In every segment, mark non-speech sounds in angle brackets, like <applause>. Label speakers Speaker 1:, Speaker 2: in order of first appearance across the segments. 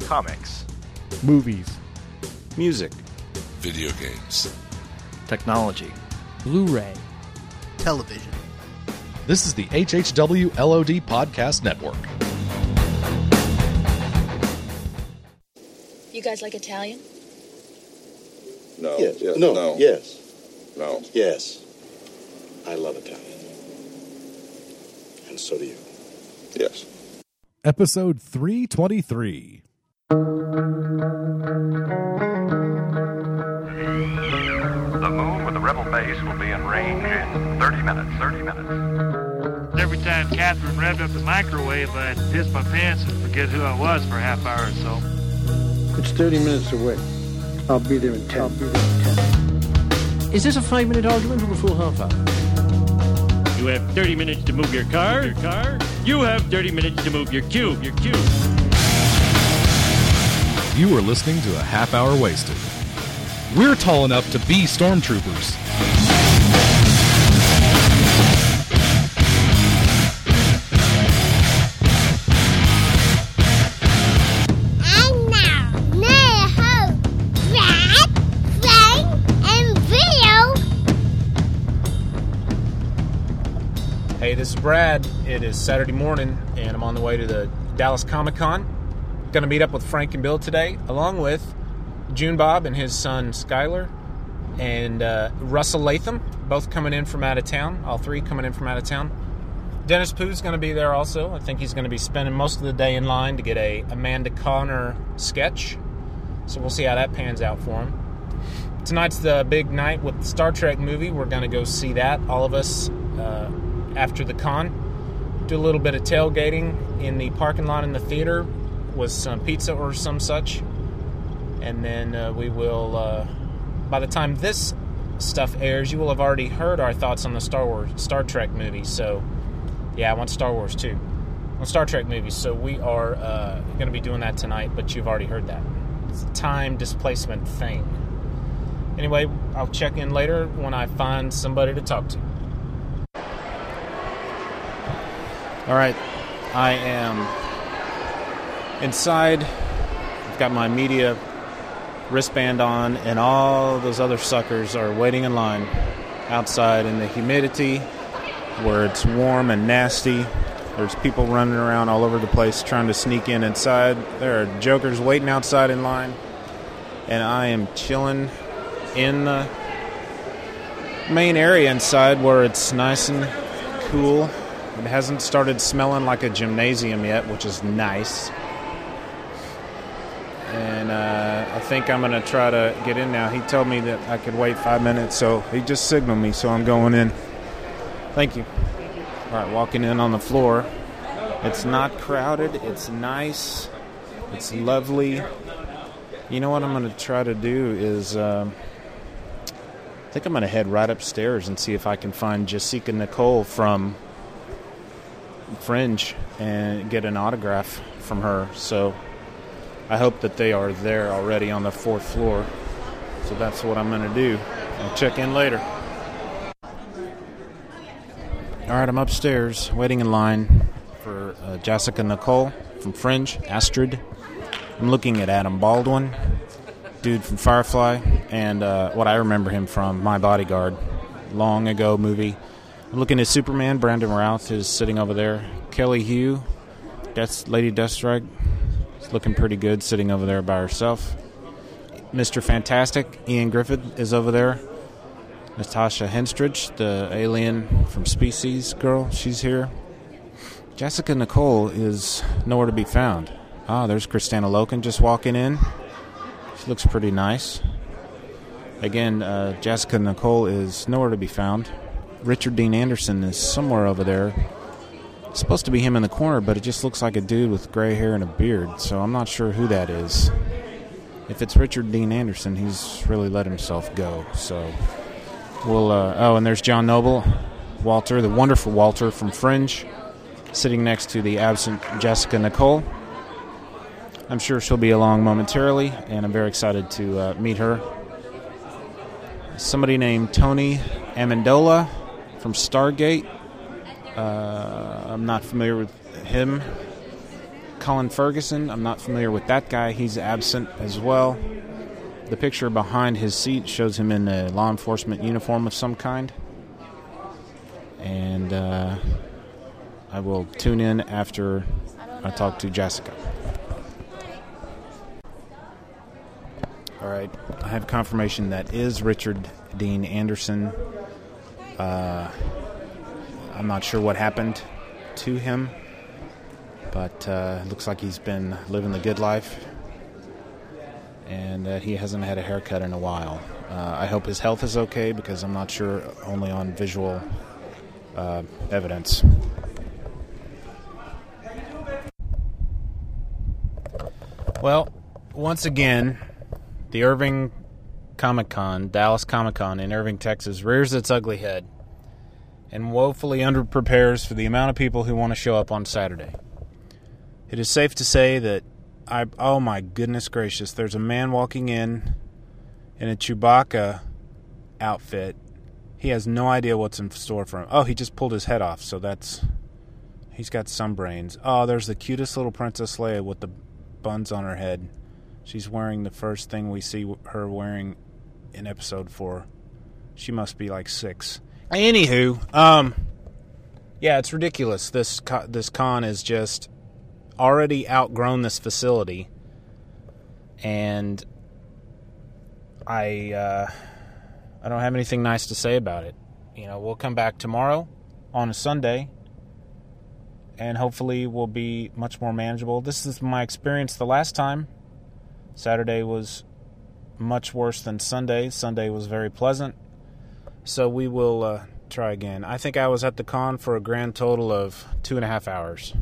Speaker 1: comics,
Speaker 2: movies,
Speaker 3: music,
Speaker 4: video games.
Speaker 5: technology.
Speaker 6: Blu ray,
Speaker 7: television.
Speaker 8: This is the HHW LOD Podcast Network.
Speaker 9: You guys like Italian?
Speaker 4: No.
Speaker 10: Yes.
Speaker 4: yeah,
Speaker 10: no,
Speaker 4: No.
Speaker 10: Yes.
Speaker 4: No.
Speaker 10: Yes. I love Italian. And so do you.
Speaker 4: Yes.
Speaker 8: Episode 323.
Speaker 11: The moon with the rebel base will be in range in 30 minutes. 30 minutes.
Speaker 12: Every time Catherine revved up the microwave, I'd piss my pants and forget who I was for a half hour or so.
Speaker 13: It's 30 minutes away. I'll be there in 10. I'll be there in 10.
Speaker 6: Is this a five minute argument or a full half hour?
Speaker 12: You have 30 minutes to move your car. Your car. You have 30 minutes to move your cube. Your cube.
Speaker 8: You are listening to a half hour wasted. We're tall enough to be stormtroopers.
Speaker 14: And now, Mary Hope, Brad, Frank, and Video.
Speaker 3: Hey, this is Brad. It is Saturday morning, and I'm on the way to the Dallas Comic Con. Going to meet up with Frank and Bill today, along with June Bob and his son Skyler, and uh, Russell Latham, both coming in from out of town. All three coming in from out of town. Dennis Pooh's going to be there also. I think he's going to be spending most of the day in line to get a Amanda Connor sketch. So we'll see how that pans out for him. Tonight's the big night with the Star Trek movie. We're going to go see that, all of us, uh, after the con. Do a little bit of tailgating in the parking lot in the theater with some pizza or some such. And then uh, we will, uh, by the time this stuff airs, you will have already heard our thoughts on the Star Wars, Star Trek movie. So, yeah, I want Star Wars too. On Star Trek movies, so we are uh, going to be doing that tonight, but you've already heard that. It's a time displacement thing. Anyway, I'll check in later when I find somebody to talk to. All right, I am inside. I've got my media wristband on, and all those other suckers are waiting in line outside in the humidity where it's warm and nasty. There's people running around all over the place trying to sneak in inside. There are jokers waiting outside in line, and I am chilling in the main area inside where it's nice and cool. It hasn't started smelling like a gymnasium yet, which is nice. And uh, I think I'm going to try to get in now. He told me that I could wait five minutes, so he just signaled me, so I'm going in. Thank you. All right, walking in on the floor. It's not crowded, it's nice, it's lovely. You know what I'm going to try to do is. Um, I think I'm going to head right upstairs and see if I can find Jessica Nicole from Fringe and get an autograph from her. So I hope that they are there already on the fourth floor. So that's what I'm going to do. I'll check in later. All right, I'm upstairs waiting in line for uh, Jessica Nicole from Fringe, Astrid. I'm looking at Adam Baldwin dude from Firefly, and uh, what I remember him from, My Bodyguard, long ago movie. I'm looking at Superman. Brandon Routh is sitting over there. Kelly Hugh, Death, Lady Deathstrike, is looking pretty good sitting over there by herself. Mr. Fantastic, Ian Griffith, is over there. Natasha Henstridge, the alien from Species girl, she's here. Jessica Nicole is nowhere to be found. Ah, there's Christina Loken just walking in. She looks pretty nice. Again, uh, Jessica Nicole is nowhere to be found. Richard Dean Anderson is somewhere over there. It's supposed to be him in the corner, but it just looks like a dude with gray hair and a beard, so I'm not sure who that is. If it's Richard Dean Anderson, he's really let himself go, so we'll. Uh, oh, and there's John Noble, Walter, the wonderful Walter from Fringe, sitting next to the absent Jessica Nicole. I'm sure she'll be along momentarily, and I'm very excited to uh, meet her. Somebody named Tony Amendola from Stargate. Uh, I'm not familiar with him. Colin Ferguson. I'm not familiar with that guy. He's absent as well. The picture behind his seat shows him in a law enforcement uniform of some kind. And uh, I will tune in after I talk to Jessica. All right. I have confirmation that is Richard Dean Anderson. Uh, I'm not sure what happened to him, but uh, looks like he's been living the good life and that he hasn't had a haircut in a while. Uh, I hope his health is okay because I'm not sure only on visual uh, evidence. Well, once again, the Irving Comic Con, Dallas Comic Con in Irving, Texas, rears its ugly head and woefully underprepares for the amount of people who want to show up on Saturday. It is safe to say that I oh my goodness gracious, there's a man walking in in a Chewbacca outfit. He has no idea what's in store for him. Oh, he just pulled his head off, so that's he's got some brains. Oh, there's the cutest little Princess Leia with the buns on her head. She's wearing the first thing we see her wearing in episode 4. She must be like 6. Anywho, um, yeah, it's ridiculous. This co- this con is just already outgrown this facility, and I uh, I don't have anything nice to say about it. You know, we'll come back tomorrow on a Sunday, and hopefully we'll be much more manageable. This is my experience the last time. Saturday was much worse than Sunday. Sunday was very pleasant so we will uh, try again. I think I was at the con for a grand total of two and a half hours.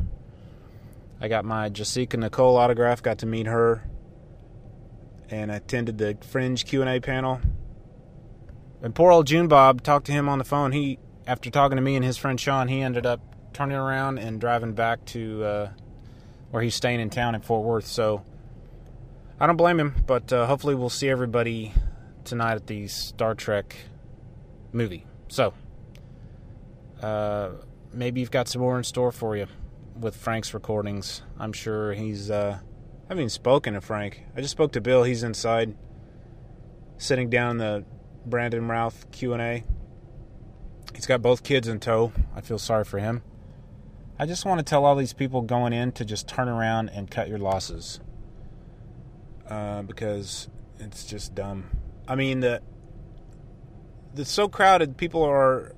Speaker 3: I got my Jessica Nicole autograph, got to meet her, and attended the Fringe Q and A panel. And poor old June Bob talked to him on the phone. He, after talking to me and his friend Sean, he ended up turning around and driving back to uh, where he's staying in town in Fort Worth. So I don't blame him, but uh, hopefully we'll see everybody tonight at the Star Trek movie. So, uh, maybe you've got some more in store for you with Frank's recordings. I'm sure he's. Uh, I haven't even spoken to Frank. I just spoke to Bill. He's inside, sitting down in the Brandon Routh Q and A. He's got both kids in tow. I feel sorry for him. I just want to tell all these people going in to just turn around and cut your losses, uh, because it's just dumb. I mean the it's so crowded. People are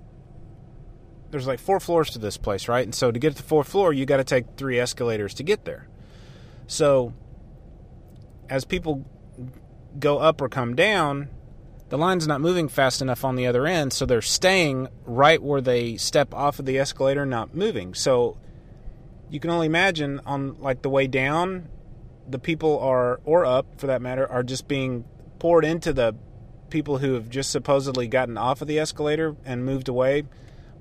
Speaker 3: there's like four floors to this place, right? And so to get to the fourth floor, you got to take three escalators to get there. So as people go up or come down, the line's not moving fast enough on the other end, so they're staying right where they step off of the escalator, not moving. So you can only imagine on like the way down, the people are or up for that matter are just being poured into the people who have just supposedly gotten off of the escalator and moved away,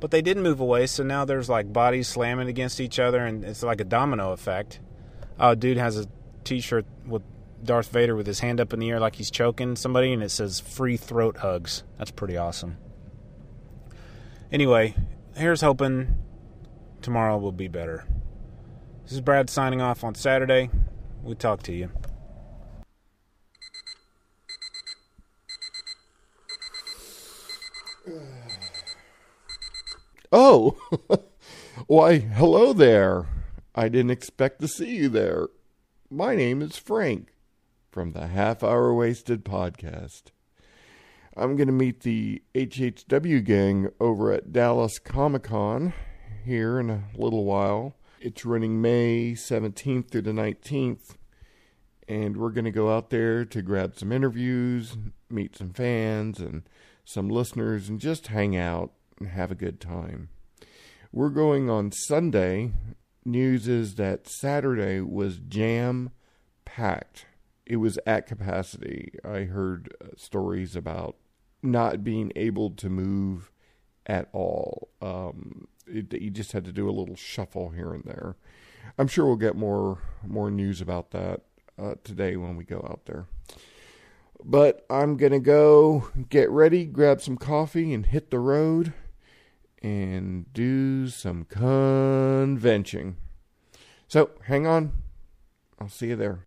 Speaker 3: but they didn't move away, so now there's like bodies slamming against each other, and it's like a domino effect. Oh, dude has a t shirt with Darth Vader with his hand up in the air like he's choking somebody, and it says free throat hugs. That's pretty awesome. Anyway, here's hoping tomorrow will be better. This is Brad signing off on Saturday. We talk to you.
Speaker 15: Oh, <laughs> why, hello there. I didn't expect to see you there. My name is Frank from the Half Hour Wasted podcast. I'm going to meet the HHW gang over at Dallas Comic Con here in a little while. It's running May 17th through the 19th, and we're going to go out there to grab some interviews, meet some fans, and some listeners, and just hang out and have a good time. We're going on Sunday. News is that Saturday was jam packed. It was at capacity. I heard uh, stories about not being able to move at all. Um, it, you just had to do a little shuffle here and there. I'm sure we'll get more more news about that uh, today when we go out there but I'm going to go get ready, grab some coffee, and hit the road and do some convention. So hang on. I'll see you there.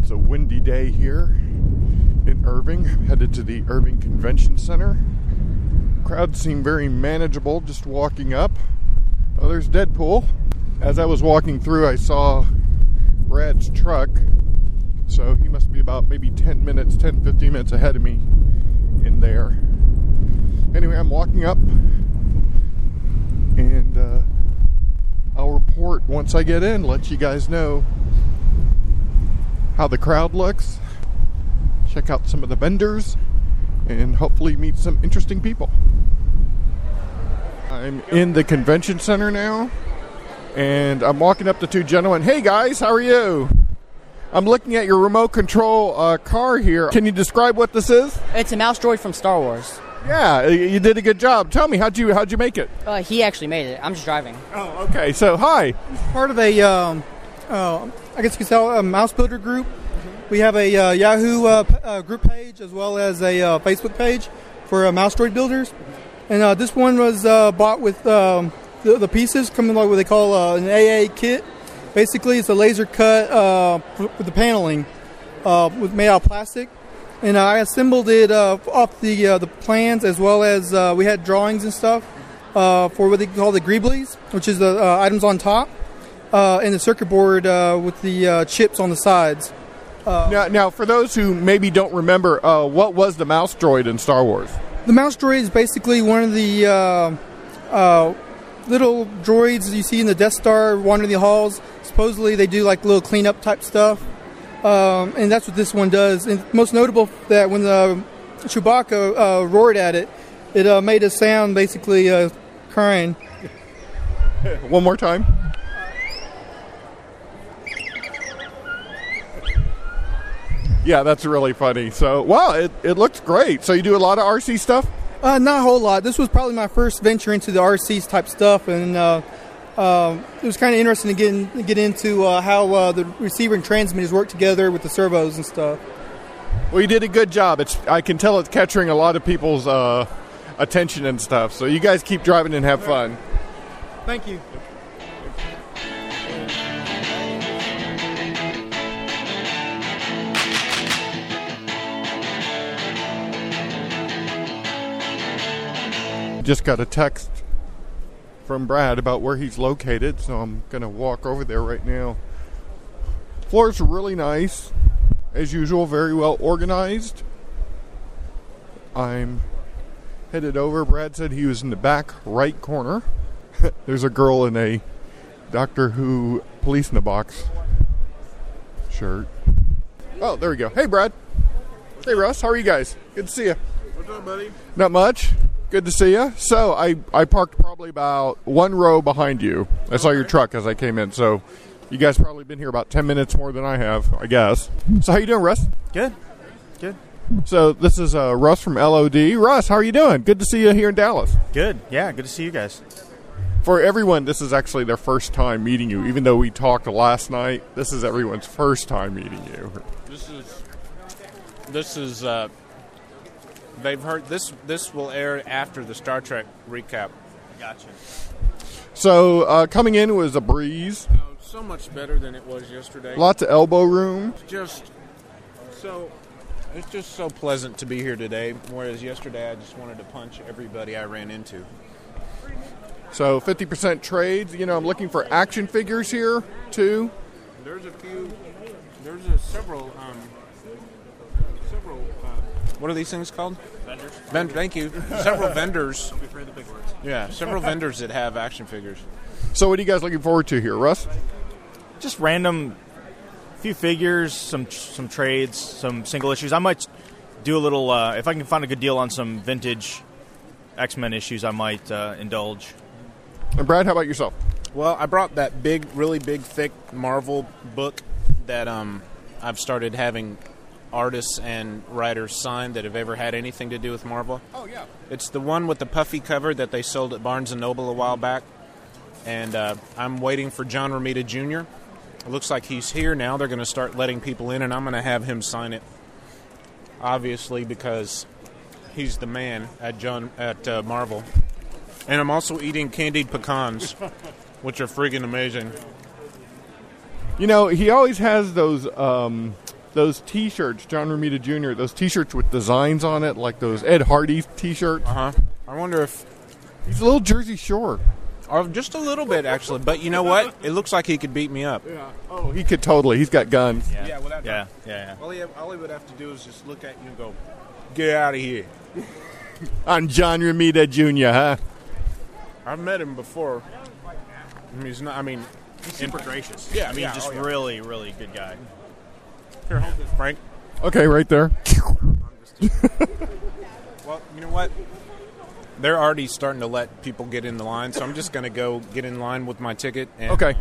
Speaker 15: It's a windy day here in Irving, headed to the Irving Convention Center. Crowds seem very manageable just walking up. Oh, there's Deadpool. As I was walking through, I saw Brad's truck, so he must be about maybe 10 minutes, 10 15 minutes ahead of me in there. Anyway, I'm walking up and uh, I'll report once I get in, let you guys know how the crowd looks, check out some of the vendors, and hopefully meet some interesting people. I'm in the convention center now, and I'm walking up to two gentlemen. Hey guys, how are you? I'm looking at your remote control uh, car here. Can you describe what this is?
Speaker 16: It's a mouse droid from Star Wars.
Speaker 15: Yeah, y- you did a good job. Tell me, how'd you how'd you make it?
Speaker 16: Uh, he actually made it. I'm just driving.
Speaker 15: Oh, okay. So, hi.
Speaker 17: Part of a, um, uh, I guess you could tell, a mouse builder group. We have a uh, Yahoo uh, p- uh, group page as well as a uh, Facebook page for uh, mouse droid builders. And uh, this one was uh, bought with um, the, the pieces coming like what they call uh, an AA kit. Basically, it's a laser cut uh, w- with the paneling uh, with made out of plastic. And I assembled it uh, off the uh, the plans as well as uh, we had drawings and stuff uh, for what they call the greeblies, which is the uh, items on top, uh, and the circuit board uh, with the uh, chips on the sides. Uh,
Speaker 15: now, now, for those who maybe don't remember, uh, what was the mouse droid in Star Wars?
Speaker 17: The mouse droid is basically one of the uh, uh, little droids you see in the Death Star wandering the halls. Supposedly, they do like little cleanup type stuff, um, and that's what this one does. And most notable that when the Chewbacca uh, roared at it, it uh, made a sound basically uh, crying.
Speaker 15: <laughs> One more time. Yeah, that's really funny. So, wow, it, it looks great. So, you do a lot of RC stuff?
Speaker 17: Uh, not a whole lot. This was probably my first venture into the RCs type stuff, and uh, um it was kind of interesting to get in, get into uh, how uh, the receiver and transmitters work together with the servos and stuff.
Speaker 15: Well, you did a good job. It's I can tell it's capturing a lot of people's uh, attention and stuff. So, you guys keep driving and have fun.
Speaker 17: Thank you.
Speaker 15: Just got a text from Brad about where he's located, so I'm going to walk over there right now. Floor's really nice, as usual, very well organized. I'm headed over. Brad said he was in the back right corner. <laughs> There's a girl in a Doctor Who police in a box shirt. Oh, there we go. Hey, Brad. Hey, Russ. How are you guys? Good to see you.
Speaker 8: What's up, buddy?
Speaker 15: Not much. Good to see you. So I, I parked probably about one row behind you. I saw your truck as I came in. So you guys probably been here about ten minutes more than I have, I guess. So how you doing, Russ?
Speaker 17: Good. Good.
Speaker 15: So this is uh, Russ from LOD. Russ, how are you doing? Good to see you here in Dallas.
Speaker 12: Good. Yeah, good to see you guys.
Speaker 15: For everyone, this is actually their first time meeting you. Even though we talked last night, this is everyone's first time meeting you.
Speaker 3: This is this is uh, they've heard this. This will air after the Star Trek recap.
Speaker 12: Gotcha.
Speaker 15: So uh, coming in was a breeze,
Speaker 3: So much better than it was yesterday.
Speaker 15: lots of elbow room.
Speaker 3: It's just so. It's just so pleasant to be here today. Whereas yesterday, I just wanted to punch everybody I ran into.
Speaker 15: So 50% trades. You know, I'm looking for action figures here too.
Speaker 3: There's a few. There's a several. Um, several. Uh, what are these things called? Vendors. Ven- thank you.
Speaker 8: <laughs>
Speaker 3: Several vendors.
Speaker 8: Don't be afraid of the big words.
Speaker 3: Yeah,
Speaker 15: <laughs>
Speaker 3: several vendors that have action figures.
Speaker 15: So what are you guys looking forward to here, Russ?
Speaker 12: Just random, few figures, some some trades, some single issues. I might do a little uh, if I can find a good deal on some vintage X Men issues. I might uh, indulge.
Speaker 15: And Brad, how about yourself?
Speaker 3: Well, I brought that big, really big, thick Marvel book that um, I've started having artists and writers sign that have ever had anything to do with Marvel.
Speaker 15: Oh yeah.
Speaker 3: It's the one with the puffy cover that they sold at Barnes and Noble a while back, and uh, I'm waiting for John Romita Jr. It looks like he's here now. They're going to start letting people in, and I'm going to have him sign it. obviously because he's the man at John at uh, Marvel. And I'm also eating candied
Speaker 15: <laughs>
Speaker 3: pecans, which are friggin' amazing.
Speaker 15: You know, he always has those um, those T-shirts, John Romita Jr. Those T-shirts with designs on it, like those Ed Hardy T-shirts.
Speaker 3: Uh huh. I wonder if
Speaker 15: he's a little Jersey Shore.
Speaker 3: Oh, just a little bit actually, but you know what? It looks like he could beat me up.
Speaker 15: Yeah. Oh, he could totally. He's got guns.
Speaker 3: Yeah. Yeah. Without
Speaker 12: yeah. yeah.
Speaker 3: All he, all he would have to do is just look at you and go, "Get out of here." <laughs>
Speaker 15: I'm John Romita Jr. Huh?
Speaker 3: I've met him before. He's not. I mean,
Speaker 12: He's super gracious.
Speaker 3: Yeah,
Speaker 12: I mean,
Speaker 3: yeah,
Speaker 12: just
Speaker 3: oh, yeah.
Speaker 12: really, really good guy.
Speaker 3: here, hold this, Frank.
Speaker 15: Okay,
Speaker 3: <laughs>
Speaker 15: right there.
Speaker 3: Well, you know what? They're already starting to let people get in the line, so I'm just going to go get in line with my ticket. And,
Speaker 15: Okay.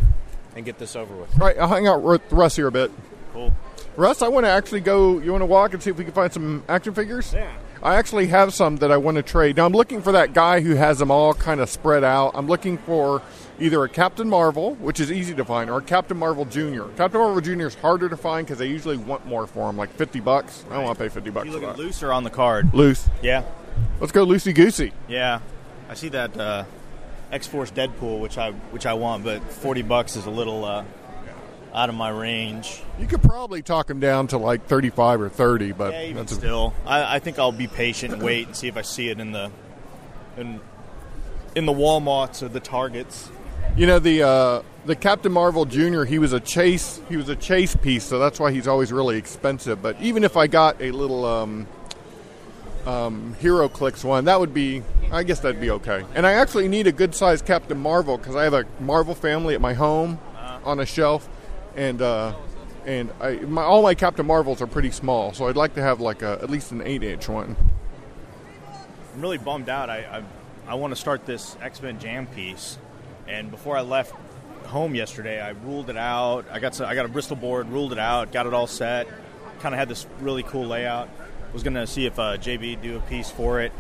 Speaker 3: And get this over with.
Speaker 15: right, I'll hang out with Russ here a bit.
Speaker 12: Cool.
Speaker 15: Russ, I want to actually go. You want to walk and see if we can find some action figures? Yeah. I actually have some that I want to trade. Now I'm looking for that guy who has them all kind of spread out. I'm looking for either a Captain Marvel, which is easy to find, or a Captain Marvel Jr. Captain Marvel Jr. is harder to find because they usually want more for them, like 50 bucks. I don't want to pay 50 bucks
Speaker 12: You
Speaker 15: for
Speaker 12: looking
Speaker 15: that.
Speaker 12: loose or on the card?
Speaker 15: Loose.
Speaker 12: Yeah.
Speaker 15: Let's go loosey goosey.
Speaker 12: Yeah, I see that uh, X Force Deadpool, which I which I want, but forty bucks is a little uh, out of my range.
Speaker 15: You could probably talk him down to like 35 or 30, but
Speaker 12: yeah, even
Speaker 15: that's a,
Speaker 12: still, I, I think I'll be patient and wait and see if I see it in the in in the WalMarts or the Targets.
Speaker 15: You know the uh, the Captain Marvel Jr. He was a chase. He was a chase piece, so that's why he's always really expensive. But even if I got a little um, um, Hero Clicks one, that would be. I guess that'd be okay. And I actually need a good sized Captain Marvel because I have a Marvel family at my home on a shelf, and uh, and I my, all my Captain Marvels are pretty small, so I'd like to have like a, at least an eight inch one.
Speaker 12: I'm really bummed out. I I, I want to start this X Men Jam piece, and before I left home yesterday, I ruled it out. I got some, I got a Bristol board, ruled it out, got it all set. Kind of had this really cool layout. Was gonna see if uh, JB do a piece for it,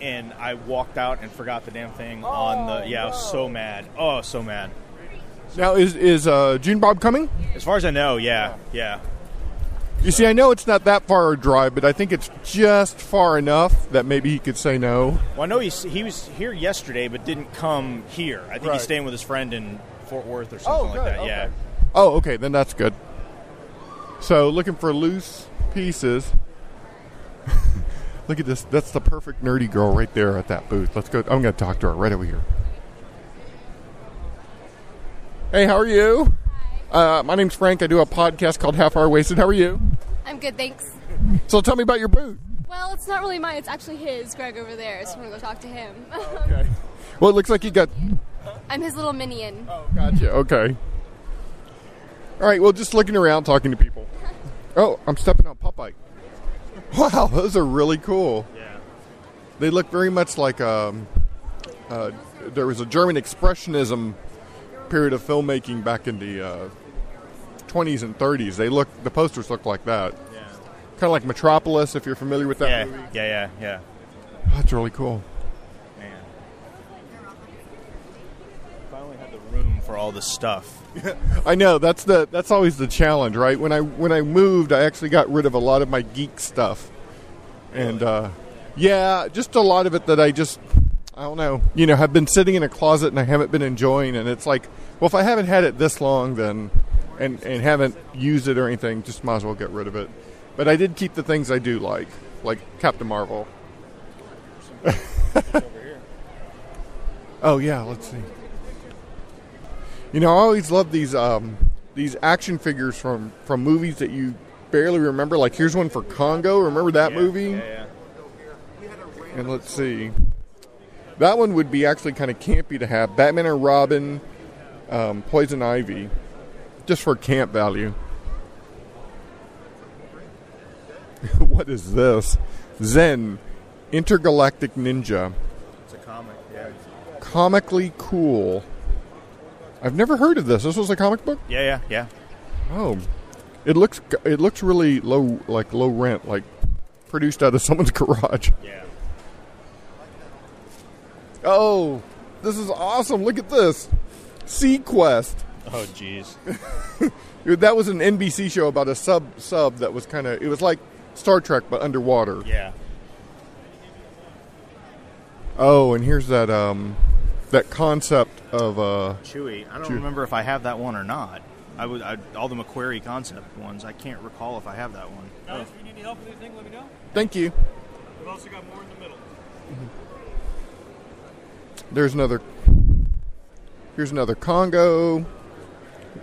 Speaker 12: and I walked out and forgot the damn thing on
Speaker 15: Oh,
Speaker 12: the. Yeah, I was so mad. Oh, so mad.
Speaker 15: Now is is uh, June Bob coming?
Speaker 12: As far as I know, yeah, yeah.
Speaker 15: You see, I know it's not that far a drive, but I think it's just far enough that maybe he could say no.
Speaker 12: Well, I know he's he was here yesterday, but didn't come here. I think
Speaker 15: Right.
Speaker 12: he's staying with his friend in Fort Worth or something like that. Yeah.
Speaker 15: Oh, okay, then that's good. So, looking for loose pieces. <laughs> Look at this. That's the perfect nerdy girl right there at that booth. Let's go. I'm going to talk to her right over here. Hey, how are you? Uh, my name's Frank. I do a podcast called Half Hour Wasted. How are you?
Speaker 18: I'm good, thanks.
Speaker 15: So, tell me about your booth.
Speaker 18: Well, it's not really mine. It's actually his, Greg over there. So I'm gonna go talk to him.
Speaker 15: Well, it looks like you got
Speaker 18: <laughs> I'm his little minion. Oh,
Speaker 15: Gotcha. Okay. All right. Well, just looking around, talking to people. Oh, I'm stepping on Popeye. Wow, those are really cool.
Speaker 12: Yeah.
Speaker 15: They look very much like um, uh, there was a German expressionism period of filmmaking back in the uh, 20s and 30s. They look the posters look like that. Yeah. Kind of like Metropolis, if you're familiar with that
Speaker 12: yeah.
Speaker 15: movie.
Speaker 12: yeah, yeah, yeah,
Speaker 15: That's really cool.
Speaker 12: Man. If I only had the room for all this <laughs> stuff.
Speaker 15: I know that's the that's always the challenge, right? When I when I moved, I actually got rid of a lot of my geek stuff, and uh, yeah, just a lot of it that I just I don't know, you know, have been sitting in a closet and I haven't been enjoying, and it's like, well, if I haven't had it this long, then and and haven't used it or anything, just might as well get rid of it. But I did keep the things I do like, like Captain Marvel. Oh yeah, let's see. You know, I always love these um, these action figures from from movies that you barely remember. Like here's one for Congo. Remember that movie?
Speaker 12: Yeah,
Speaker 15: And let's see. That one would be actually kind of campy to have. Batman and Robin, um, Poison Ivy, just for camp value. <laughs> what is this? Zen, Intergalactic Ninja
Speaker 12: it's a comic. Yeah,
Speaker 15: comically cool. I've never heard of this. This was a comic book.
Speaker 12: yeah, yeah, yeah.
Speaker 15: Oh, it looks it looks really low, like low rent, like produced out of <laughs> someone's garage.
Speaker 12: Yeah.
Speaker 15: Oh, this is awesome! Look at this, Sequest.
Speaker 12: Oh,
Speaker 15: <laughs>
Speaker 12: jeez.
Speaker 15: That was an NBC show about a sub sub that was kind of. It was like Star Trek, but underwater.
Speaker 12: Yeah.
Speaker 15: Oh, and here's that um, that concept of uh,
Speaker 12: Chewy. I don't remember if I have that one or not. I would I, all the McQuarrie concept ones. I can't recall if I have that one.
Speaker 8: Guys, if you need any help with anything, let me know.
Speaker 15: Thank you.
Speaker 8: We've also got more in the middle.
Speaker 15: There's another. Here's another Congo.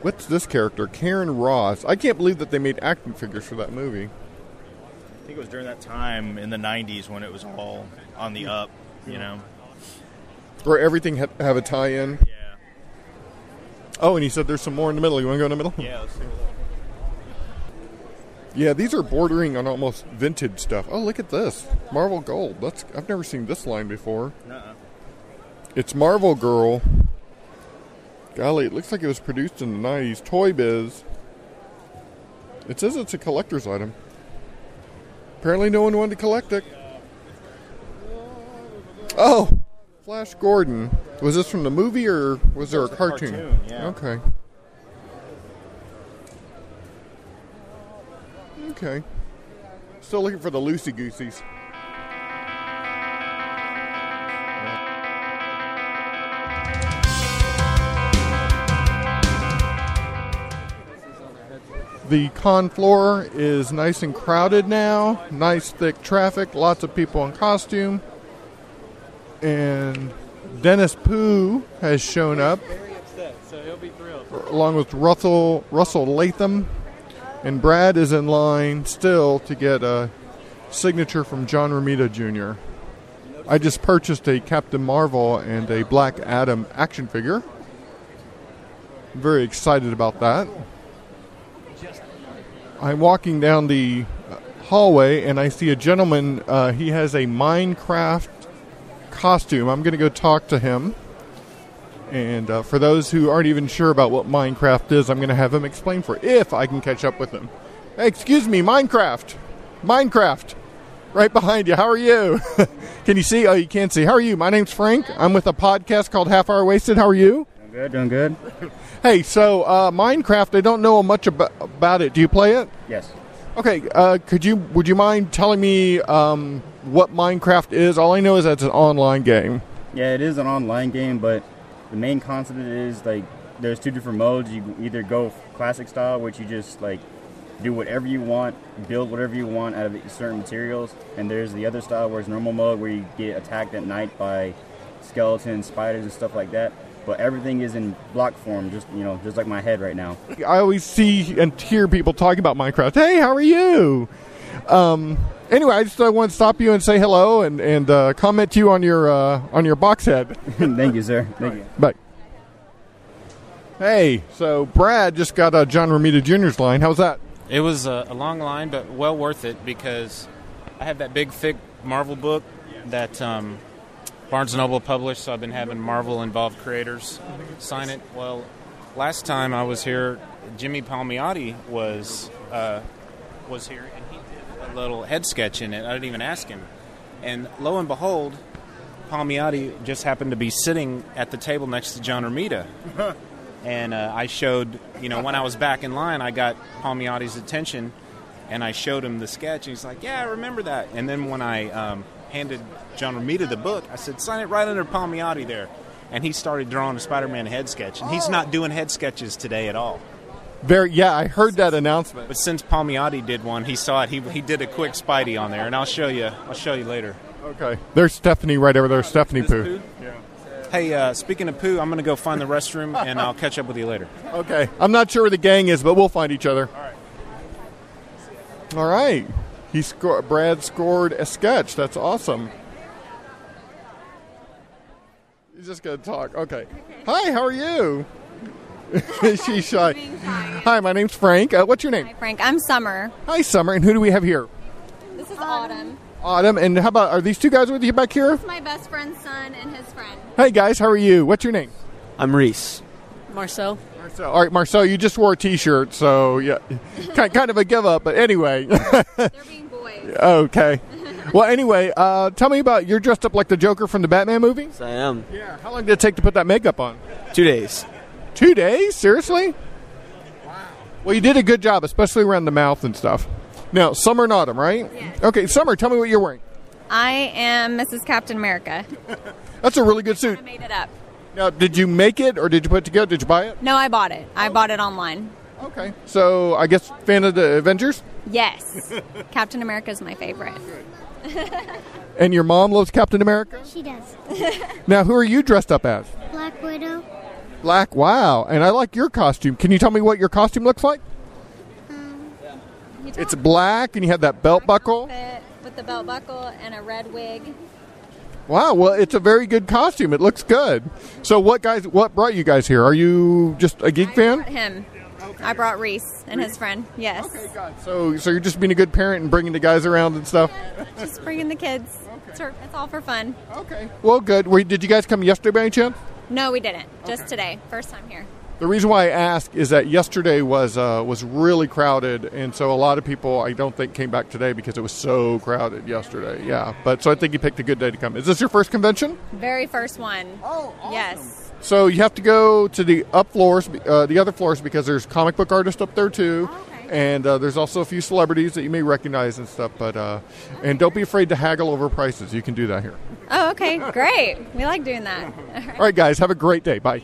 Speaker 15: What's this character? Karen Ross. I can't believe that they made action figures for that movie.
Speaker 12: I think it was during that time in the '90s when it was all on the up. You know.
Speaker 15: Where everything ha- have a tie-in. Yeah. Oh, and he said there's some more in the middle. You want to go in the <laughs> middle?
Speaker 12: Yeah. Let's see.
Speaker 15: Yeah, these are bordering on almost vintage stuff. Oh, look at this Marvel Gold. That's I've never seen this line before.
Speaker 12: Uh-uh.
Speaker 15: It's Marvel Girl. Golly, it looks like it was produced in the '90s. Toy Biz. It says it's a collector's item. Apparently, no one wanted to collect it. Oh, Flash Gordon. Was this from the movie or was there a cartoon?
Speaker 12: cartoon, yeah.
Speaker 15: Okay. Okay. Still looking for the loosey gooseys. The con floor is nice and crowded now. Nice thick traffic, lots of people in costume. And Dennis Pooh has shown up
Speaker 19: Very upset, so he'll be thrilled.
Speaker 15: along with Russell Russell Latham, and Brad is in line still to get a signature from John Romita Jr. I just purchased a Captain Marvel and a Black Adam action figure. I'm very excited about that. I'm walking down the uh, hallway and I see a gentleman. Uh, he has a Minecraft costume. I'm going to go talk to him. And uh, for those who aren't even sure about what Minecraft is, I'm going to have him explain for if I can catch up with him. Hey, excuse me, Minecraft. Minecraft. Right behind you. How are you? <laughs> can you see? Oh, you can't see. How are you? My name's Frank. I'm with a podcast called Half Hour Wasted. How are you?
Speaker 20: Doing good, doing good.
Speaker 15: <laughs> Hey, so uh, Minecraft, I don't know much ab- about it. Do you play it?
Speaker 20: Yes.
Speaker 15: Okay, uh, could you would you mind telling me um, what Minecraft is? All I know is that it's an online game.
Speaker 20: Yeah, it is an online game, but the main concept is like there's two different modes. You either go classic style, which you just like do whatever you want, build whatever you want out of certain materials, and there's the other style where it's normal mode where you get attacked at night by skeletons, spiders, and stuff like that. But everything is in block form, just you know, just like my head right now.
Speaker 15: I always see and hear people talking about Minecraft. Hey, how are you? Um, anyway, I just uh, want to stop you and say hello and and uh, comment you on your uh, on your box head.
Speaker 20: <laughs> Thank you, sir. Thank you.
Speaker 15: Bye. Hey, so Brad just got uh, John Romita Jr.'s line. How's that?
Speaker 3: It was a, a long line, but well worth it because I have that big, thick Marvel book that um, Barnes Noble published. So I've been having Marvel-involved creators sign it. Well, last time I was here, Jimmy Palmiotti was uh, was here, and he did a little head sketch in it. I didn't even ask him, and lo and behold, Palmiotti just happened to be sitting at the table next to John Romita. and uh, I showed, you know, when I was back in line, I got Palmiotti's attention, and I showed him the sketch, and he's like, "Yeah, I remember that." And then when I um, handed John Romita the book, I said, "Sign it right under Palmiotti there," and he started drawing a Spider-Man head sketch, and he's not doing head sketches today at all.
Speaker 15: Very yeah, I heard that announcement.
Speaker 3: But since Palmiotti did one, he saw it. He, he did a quick Spidey on there, and I'll show you. I'll show you later.
Speaker 15: Okay. There's Stephanie right over there, Stephanie Pooh.
Speaker 3: Hey, uh, speaking of poo, I'm going to go find the restroom, and I'll catch up with you later.
Speaker 15: Okay. I'm not sure where the gang is, but we'll find each other. All right. All right. He sco- Brad scored a sketch. That's awesome. He's just going to talk. Okay. Hi, how are you? <laughs> She's shy. Hi, my name's Frank. Uh, what's your name?
Speaker 21: Frank, I'm Summer.
Speaker 15: Hi, Summer. And who do we have here?
Speaker 21: This is Autumn.
Speaker 15: Autumn. And how about, are these two guys with you back here?
Speaker 21: Um, My best friend's son and his friend.
Speaker 15: Hey, guys. How are you? What's your name?
Speaker 22: I'm Reese.
Speaker 21: Marcel.
Speaker 15: Marcel. All right, Marcel, you just wore a T-shirt, so <laughs> yeah, kind, kind of a give up. But anyway, they're <laughs> being boys. <laughs> Okay. Well, anyway, uh, tell me about you're dressed up like the Joker from the Batman movie.
Speaker 22: Yes, I am.
Speaker 15: Yeah. How long did it take to put that makeup on?
Speaker 22: Two days.
Speaker 15: Two days? Seriously? Wow. Well, you did a good job, especially around the mouth and stuff. Now, summer and autumn, right? Okay, summer. Tell me what you're wearing.
Speaker 21: I am Mrs. Captain America.
Speaker 15: That's a really good suit.
Speaker 21: I <laughs> made it up.
Speaker 15: Now, did you make it or did you put it together? Did you buy it?
Speaker 21: No, I bought it. I bought it online.
Speaker 15: Okay. So, I guess fan of the Avengers.
Speaker 21: <laughs> Yes. Captain America is my favorite. <laughs>
Speaker 15: And your mom loves Captain America.
Speaker 14: She does.
Speaker 15: Now, who are you dressed up as?
Speaker 14: Black Widow.
Speaker 15: Black. Wow. And I like your costume. Can you tell me what your costume looks like? It's black, and you have that belt buckle.
Speaker 21: Fit with the belt buckle and a red wig.
Speaker 15: Wow. Well, it's a very good costume. It looks good. So, what guys? What brought you guys here? Are you just a geek fan?
Speaker 21: Him. I brought Reese and his friend. Yes. Okay,
Speaker 15: God. So, Oh, so you're just being a good parent and bringing the guys around and stuff.
Speaker 21: <laughs> Just bringing the kids. It's, her- it's all for fun.
Speaker 15: Okay. Well, good. Were, did you guys come yesterday by any chance?
Speaker 21: No, we didn't. Just today. First time here.
Speaker 15: The reason why I ask is that yesterday was uh, was really crowded, and so a lot of people I don't think came back today because it was so crowded yesterday. Yeah, but so I think you picked a good day to come. Is this your first convention?
Speaker 21: Very first one. Oh, awesome. Yes.
Speaker 15: So you have to go to the up floors, uh, the other floors, because there's comic book artists up there too, and uh, there's also a few celebrities that you may recognize and stuff. But uh, and don't be afraid to haggle over prices. You can do that here.
Speaker 21: Oh, okay. Great. We like doing that. All right. <laughs>
Speaker 15: All right, guys, have a great day. Bye.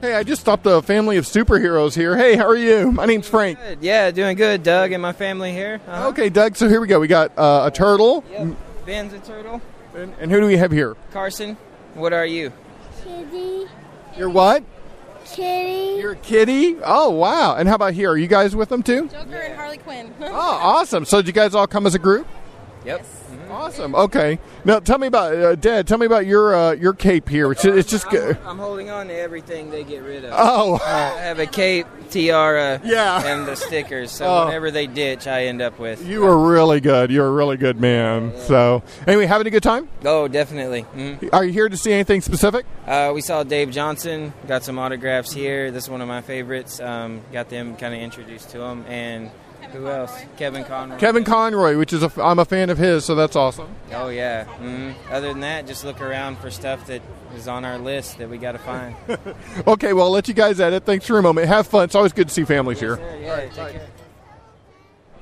Speaker 15: Hey, I just stopped a family of superheroes here. Hey, how are you? My name's Frank.
Speaker 23: Good. Yeah, doing good. Doug and my family here. Uh-huh.
Speaker 15: Okay, Doug. So here we go. We got uh, a turtle, M-
Speaker 23: Ben's a turtle.
Speaker 15: and who do we have here?
Speaker 23: Carson, what are you?
Speaker 14: Kitty.
Speaker 15: You're what?
Speaker 14: Kitty.
Speaker 15: You're a kitty. Oh wow! And how about here? Are you guys with them too?
Speaker 24: Joker and Harley Quinn.
Speaker 15: <laughs> Oh, awesome! So did you guys all come as a group?
Speaker 23: Yep. Mm-hmm.
Speaker 15: Awesome. Um, Okay. Now tell me about uh, Dad. Tell me about your uh, your cape here. It's, it's just good.
Speaker 23: I'm holding on to everything they get rid of.
Speaker 15: Oh. <laughs>
Speaker 23: Uh, I have a cape, tiara,
Speaker 15: Yeah.
Speaker 23: and the stickers. So
Speaker 15: <laughs> Oh.
Speaker 23: whenever they ditch, I end up with.
Speaker 15: You are really good. You're a really good man. So anyway, having a good time?
Speaker 23: Oh, definitely. Mhm.
Speaker 15: Are you here to see anything specific?
Speaker 23: Uh, we saw Dave Johnson, got some autographs here. This is one of my favorites. Um, got them kind of introduced to him. And who else? Kevin Conroy.
Speaker 15: Kevin Conroy, which is a, I'm a fan of his, so that's awesome. <laughs>
Speaker 23: Oh, yeah. Mhm. Other than that, just look around for stuff that is on our list that we got to find.
Speaker 15: Okay, well, I'll let you guys at it. Thanks for a moment. Have fun. It's always good to see families here.
Speaker 23: Yeah, take care.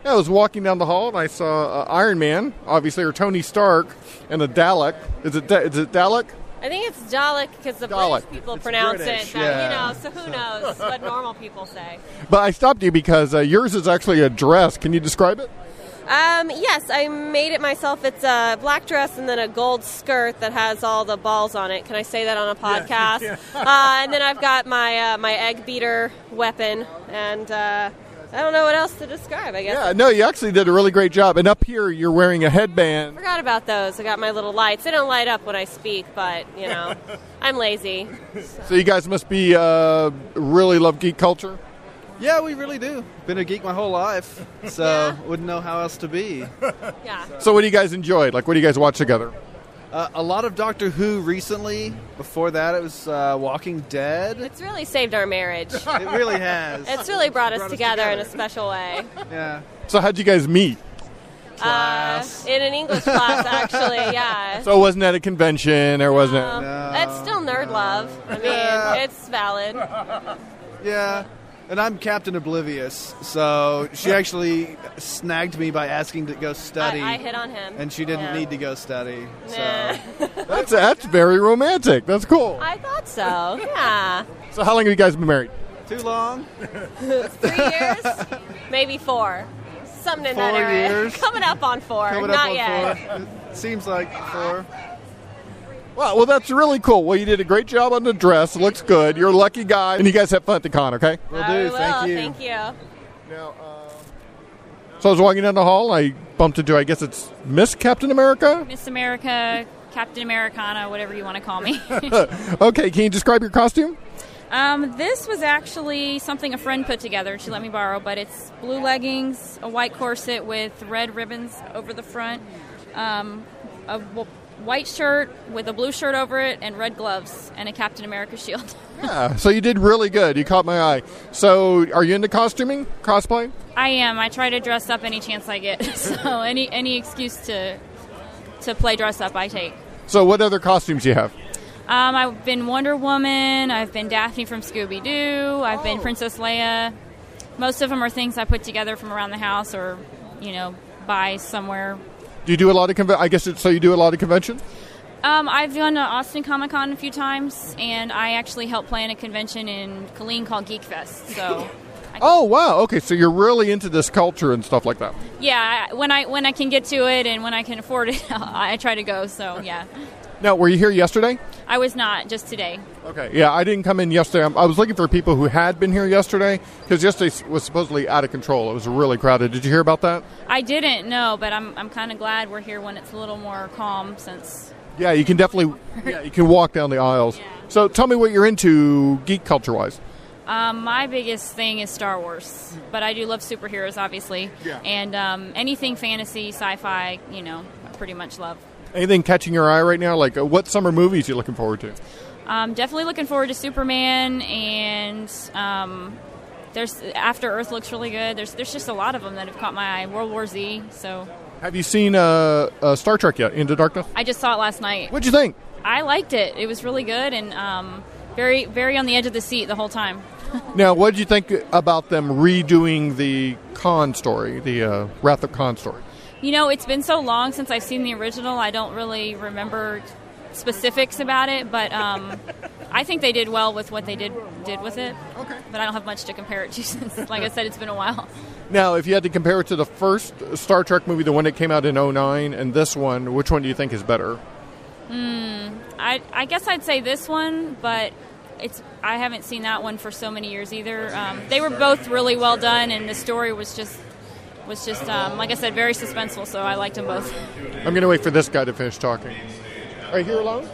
Speaker 15: I was walking down the hall and I saw uh, Iron Man, obviously, or Tony Stark, and a Dalek. Is it, Da- is it Dalek?
Speaker 24: I think it's Dalek because the
Speaker 15: Dalek.
Speaker 24: British people pronounce
Speaker 15: British,
Speaker 24: it. but,
Speaker 15: yeah.
Speaker 24: You know, so who knows what normal people say?
Speaker 15: But I stopped you because uh, yours is actually a dress. Can you describe it?
Speaker 24: Um, yes, I made it myself. It's a black dress and then a gold skirt that has all the balls on it. Can I say that on a podcast? uh, and then I've got my uh, my egg beater weapon, and uh, I don't know what else to describe. I guess.
Speaker 15: Yeah, no, you actually did a really great job. And up here, you're wearing a headband.
Speaker 24: Forgot about those. I got my little lights. They don't light up when I speak, but you know, I'm lazy.
Speaker 15: So you guys must be uh, really love geek culture.
Speaker 25: Yeah, we really do. Been a geek my whole
Speaker 24: <laughs>
Speaker 25: life, so wouldn't know how else to be.
Speaker 24: Yeah.
Speaker 15: So what do you guys enjoy? Like, what do you guys watch together?
Speaker 25: Uh, a lot of Doctor Who recently. Before that, it was uh, Walking Dead.
Speaker 24: It's really saved
Speaker 25: <laughs>
Speaker 24: our marriage. It
Speaker 25: really has.
Speaker 24: It's really brought, us, together, in a special way.
Speaker 25: Yeah.
Speaker 15: So how'd you guys meet?
Speaker 24: Uh, in an English class,
Speaker 25: <laughs>
Speaker 24: actually, yeah.
Speaker 15: So it wasn't at a convention or wasn't it?
Speaker 24: Um, it's still nerd love. I mean, it's valid.
Speaker 25: Yeah. And I'm Captain Oblivious, so
Speaker 24: <laughs>
Speaker 25: she actually snagged me by asking to go study.
Speaker 24: I hit on him.
Speaker 25: And she didn't
Speaker 24: Yeah.
Speaker 25: need to go study. So.
Speaker 15: That's that's very romantic. That's cool.
Speaker 24: I thought so.
Speaker 25: <laughs>
Speaker 24: Yeah.
Speaker 15: So how long have you guys been married?
Speaker 25: Too
Speaker 24: <laughs>
Speaker 25: long.
Speaker 24: Three years, maybe four. Something in that
Speaker 25: Four
Speaker 24: area.
Speaker 25: years.
Speaker 24: <laughs> Coming up on four.
Speaker 25: Coming
Speaker 24: Not
Speaker 25: up on
Speaker 24: yet.
Speaker 25: four. It seems like four.
Speaker 15: Wow, well that's really cool. Well, you did a great job on the dress. Looks good. You're a lucky guy, and you guys have fun at the con. Okay.
Speaker 25: Will
Speaker 24: I
Speaker 25: do.
Speaker 24: will.
Speaker 25: Thank you.
Speaker 24: Thank you.
Speaker 15: Now, So I was walking down the hall. I bumped into. I guess it's Miss Captain America. <laughs>
Speaker 26: Miss America, Captain Americana, whatever you want to call me. <laughs>
Speaker 15: okay, can you describe your costume?
Speaker 26: um, this was actually something a friend put together. She let me borrow, but it's blue leggings, a white corset with red ribbons over the front, um, a w- white shirt with a blue shirt over it, and red gloves, and a Captain America shield. <laughs>
Speaker 15: Yeah. So you did really good. You caught my eye. So are you into costuming, cosplay?
Speaker 26: I am. I try to dress <laughs> up any chance I get. so any any excuse to to play dress up, I take.
Speaker 15: So, what other costumes you have?
Speaker 26: Um, I've been Wonder Woman. I've been Daphne from Scooby Doo. I've
Speaker 15: Oh.
Speaker 26: been Princess Leia. Most of them are things I put together from around the house or, you know, buy somewhere.
Speaker 15: Do you do a lot of conven- I guess it's, so you do a lot of conventions.
Speaker 26: Um, I've done an Austin Comic Con a few times, and I actually helped plan a convention in Killeen called Geek Fest.
Speaker 15: <laughs>
Speaker 26: So,
Speaker 15: Oh wow, okay, so you're really into this culture and stuff like that.
Speaker 26: yeah, I- when I when I can get to it and when I can afford it, <laughs> I try to go. So, yeah,
Speaker 15: Now, were you here yesterday?
Speaker 26: I was not just today.
Speaker 15: Okay. Yeah, I didn't come in yesterday. I'm- I was looking for people who had been here yesterday because yesterday s- was supposedly out of control. It was really crowded. Did you hear about that?
Speaker 26: I didn't know, but I'm I'm kind of glad we're here when it's a little more calm since
Speaker 15: Yeah, you can definitely. Yeah, you can walk down the aisles. So, tell me what you're into geek culture wise.
Speaker 26: Um, my biggest thing is Star Wars, but I do love superheroes, obviously,
Speaker 15: Mm. Yeah.
Speaker 26: and um, anything fantasy, sci-fi. You know, I pretty much love.
Speaker 15: Anything catching your eye right now? Like, uh, what summer movies you looking forward to?
Speaker 26: Um, definitely looking forward to Superman, and um, there's After Earth looks really good. There's there's just a lot of them that have caught my eye. World War Z. So
Speaker 15: Have you seen uh, uh, Star Trek yet? Into Darkness.
Speaker 26: I just saw it last night.
Speaker 15: What'd you think?
Speaker 26: I liked it. It was really good and um, very very on the edge of the seat the whole time.
Speaker 15: Now, what did you think about them redoing the Khan story, the uh, Wrath of Khan story?
Speaker 26: You know, it's been so long since I've seen the original. I don't really remember specifics about it, but um, I think they did well with what they did did with it. Okay. But I don't have much to compare it to <laughs> since, like I said, it's been a while.
Speaker 15: Now, if you had to compare it to the first Star Trek movie, the one that came out in 09, and this one, which one do you think is better?
Speaker 26: Hmm. I I guess I'd say this one, but it's I haven't seen that one for so many years either. Um, they were both really well done, and the story was just was just um, like I said, very suspenseful. So I liked them both.
Speaker 15: I'm going to wait for this guy to finish talking. Are you here alone?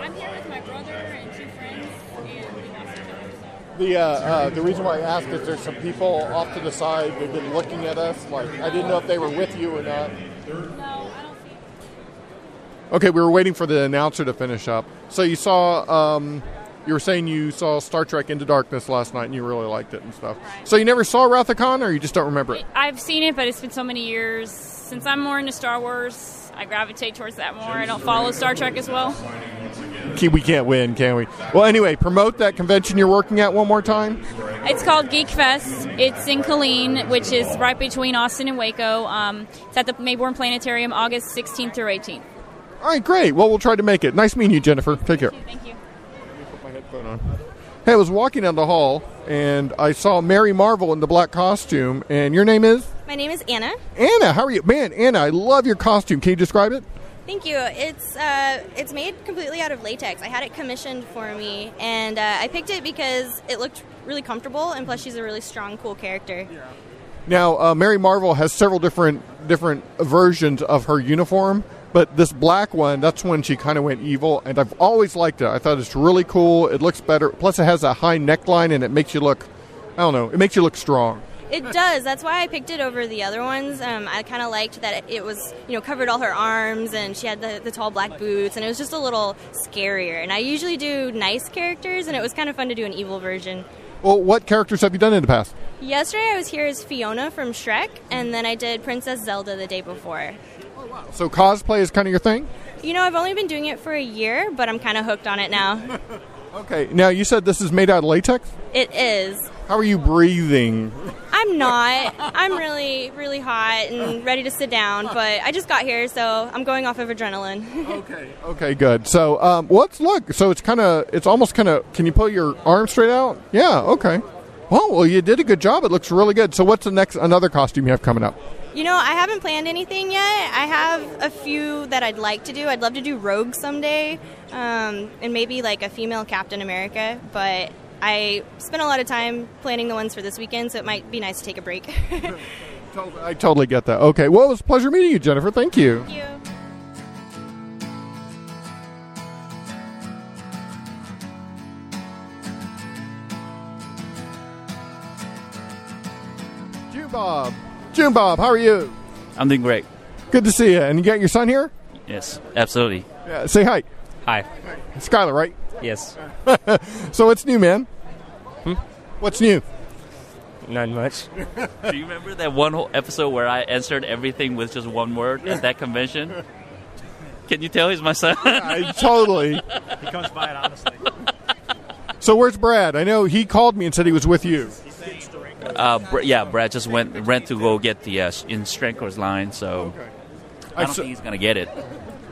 Speaker 26: I'm here with my brother and two friends, and we have
Speaker 15: The, uh, uh, the reason why I asked is there's some people off to the side that have been looking at us. Like, I didn't know if they were with you or not. Okay, we were waiting for the announcer to finish up. So you saw, um, you were saying you saw Star Trek Into Darkness last night and you really liked it and stuff. So you never saw Wrath of Khan or you just don't remember it?
Speaker 26: I've seen it, but it's been so many years. Since I'm more into Star Wars, I gravitate towards that more. I don't follow Star Trek as well.
Speaker 15: Can- We can't win, can we? Well, anyway, promote that convention you're working at one more time.
Speaker 26: It's called Geek Fest. It's in Killeen, which is right between Austin and Waco. Um, it's at the Mayborn Planetarium, August 16th through 18th.
Speaker 15: All right, great. Well, we'll try to make it. Nice meeting you, Jennifer. Take care.
Speaker 26: Thank you.
Speaker 15: my headphone on. Hey, I was walking down the hall and I saw Mary Marvel in the black costume. And your name is
Speaker 27: My name is Anna.
Speaker 15: Anna. How are you, man? Anna, I love your costume. Can you describe it?
Speaker 27: Thank you. It's uh, it's made completely out of latex. I had it commissioned for me, and uh, I picked it because it looked really comfortable, and plus she's a really strong, cool character. Yeah.
Speaker 15: Now, uh, Mary Marvel has several different different versions of her uniform, but this black one, that's when she kind of went evil. And I've always liked it. I thought it's really cool. It looks better. Plus, it has a high neckline and it makes you look. I don't know. It makes you look strong.
Speaker 27: It does. That's why I picked it over the other ones. Um, I kind of liked that it was, you know, covered all her arms, and she had the, the tall black boots, and it was just a little scarier. And I usually do nice characters, and it was kind of fun to do an evil version.
Speaker 15: Well, what characters have you done in the past?
Speaker 27: Yesterday I was here as Fiona from Shrek, and then I did Princess Zelda the day before.
Speaker 15: So cosplay is kind of your thing.
Speaker 27: You know, I've only been doing it for a year, but I'm kind of hooked on it now.
Speaker 15: Okay. Now you said this is made out of latex.
Speaker 27: it is.
Speaker 15: How are you breathing?
Speaker 27: I'm not. I'm really, really hot and ready to sit down, but I just got here, so I'm going off of adrenaline. okay.
Speaker 15: Okay, good. So, um, what's look? So it's kind of, it's almost kind of. Can you pull your arm straight out? Yeah. Okay. Oh well, you did a good job. It looks really good. So, what's the next another costume you have coming up?
Speaker 27: <laughs> You know, I haven't planned anything yet. I have a few that I'd like to do. I'd love to do Rogue someday, um, and maybe like a female Captain America, but I spent a lot of time planning the ones for this weekend, so it might be nice to take a break. <laughs>
Speaker 15: I totally get that. Okay. Well, it was a pleasure meeting you, Jennifer. Thank you.
Speaker 27: Thank you.
Speaker 15: June Bob. June Bob, how are you?
Speaker 10: I'm doing great.
Speaker 15: Good to see you. And you got your son here?
Speaker 10: Yes, absolutely.
Speaker 15: Yeah. Say hi.
Speaker 10: Hi.
Speaker 15: Skylar, right?
Speaker 10: Yes.
Speaker 15: <laughs> so what's new, man? What's new?
Speaker 10: Not much. Do you remember that one whole episode where I answered everything with just one word at that convention?
Speaker 28: Can you tell he's my son?
Speaker 15: I totally.
Speaker 29: He comes by it honestly.
Speaker 15: So where's Brad? I know he called me and said he was with you.
Speaker 28: <laughs> Uh, Br- yeah, Brad just went went to go get the uh, sh- in Stranker's line, so I
Speaker 15: I
Speaker 28: don't
Speaker 15: saw-
Speaker 28: think he's gonna get it.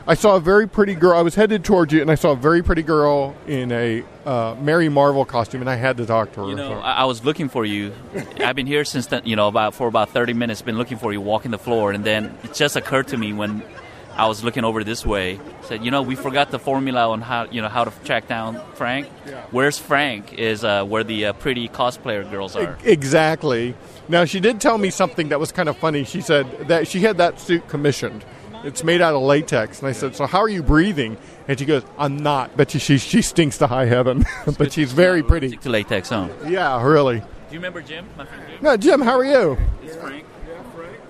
Speaker 15: I saw a very pretty girl. I was headed towards you, and I saw a very pretty girl in a uh, Mary Marvel costume, and I had to talk to her.
Speaker 28: You know, I, I was looking for you. I've been here since then, you know about for about thirty minutes. Been looking for you, walking the floor, and then it just occurred to me when I was looking over this way. Said, you know, we forgot the formula on how you know how to track down Frank. Where's Frank? Is uh, where the uh, pretty cosplayer girls are.
Speaker 15: E- Exactly. Now she did tell me something that was kind of funny. She said that she had that suit commissioned. It's made out of latex, and I said, "So how are you breathing?" And she goes, "I'm not, but she she, she stinks to high heaven, <laughs> but she's very pretty."
Speaker 28: To latex, huh?
Speaker 15: Yeah, really.
Speaker 28: Do you remember Jim? My friend Jim.
Speaker 15: No, Jim, how are you?
Speaker 28: It's Frank.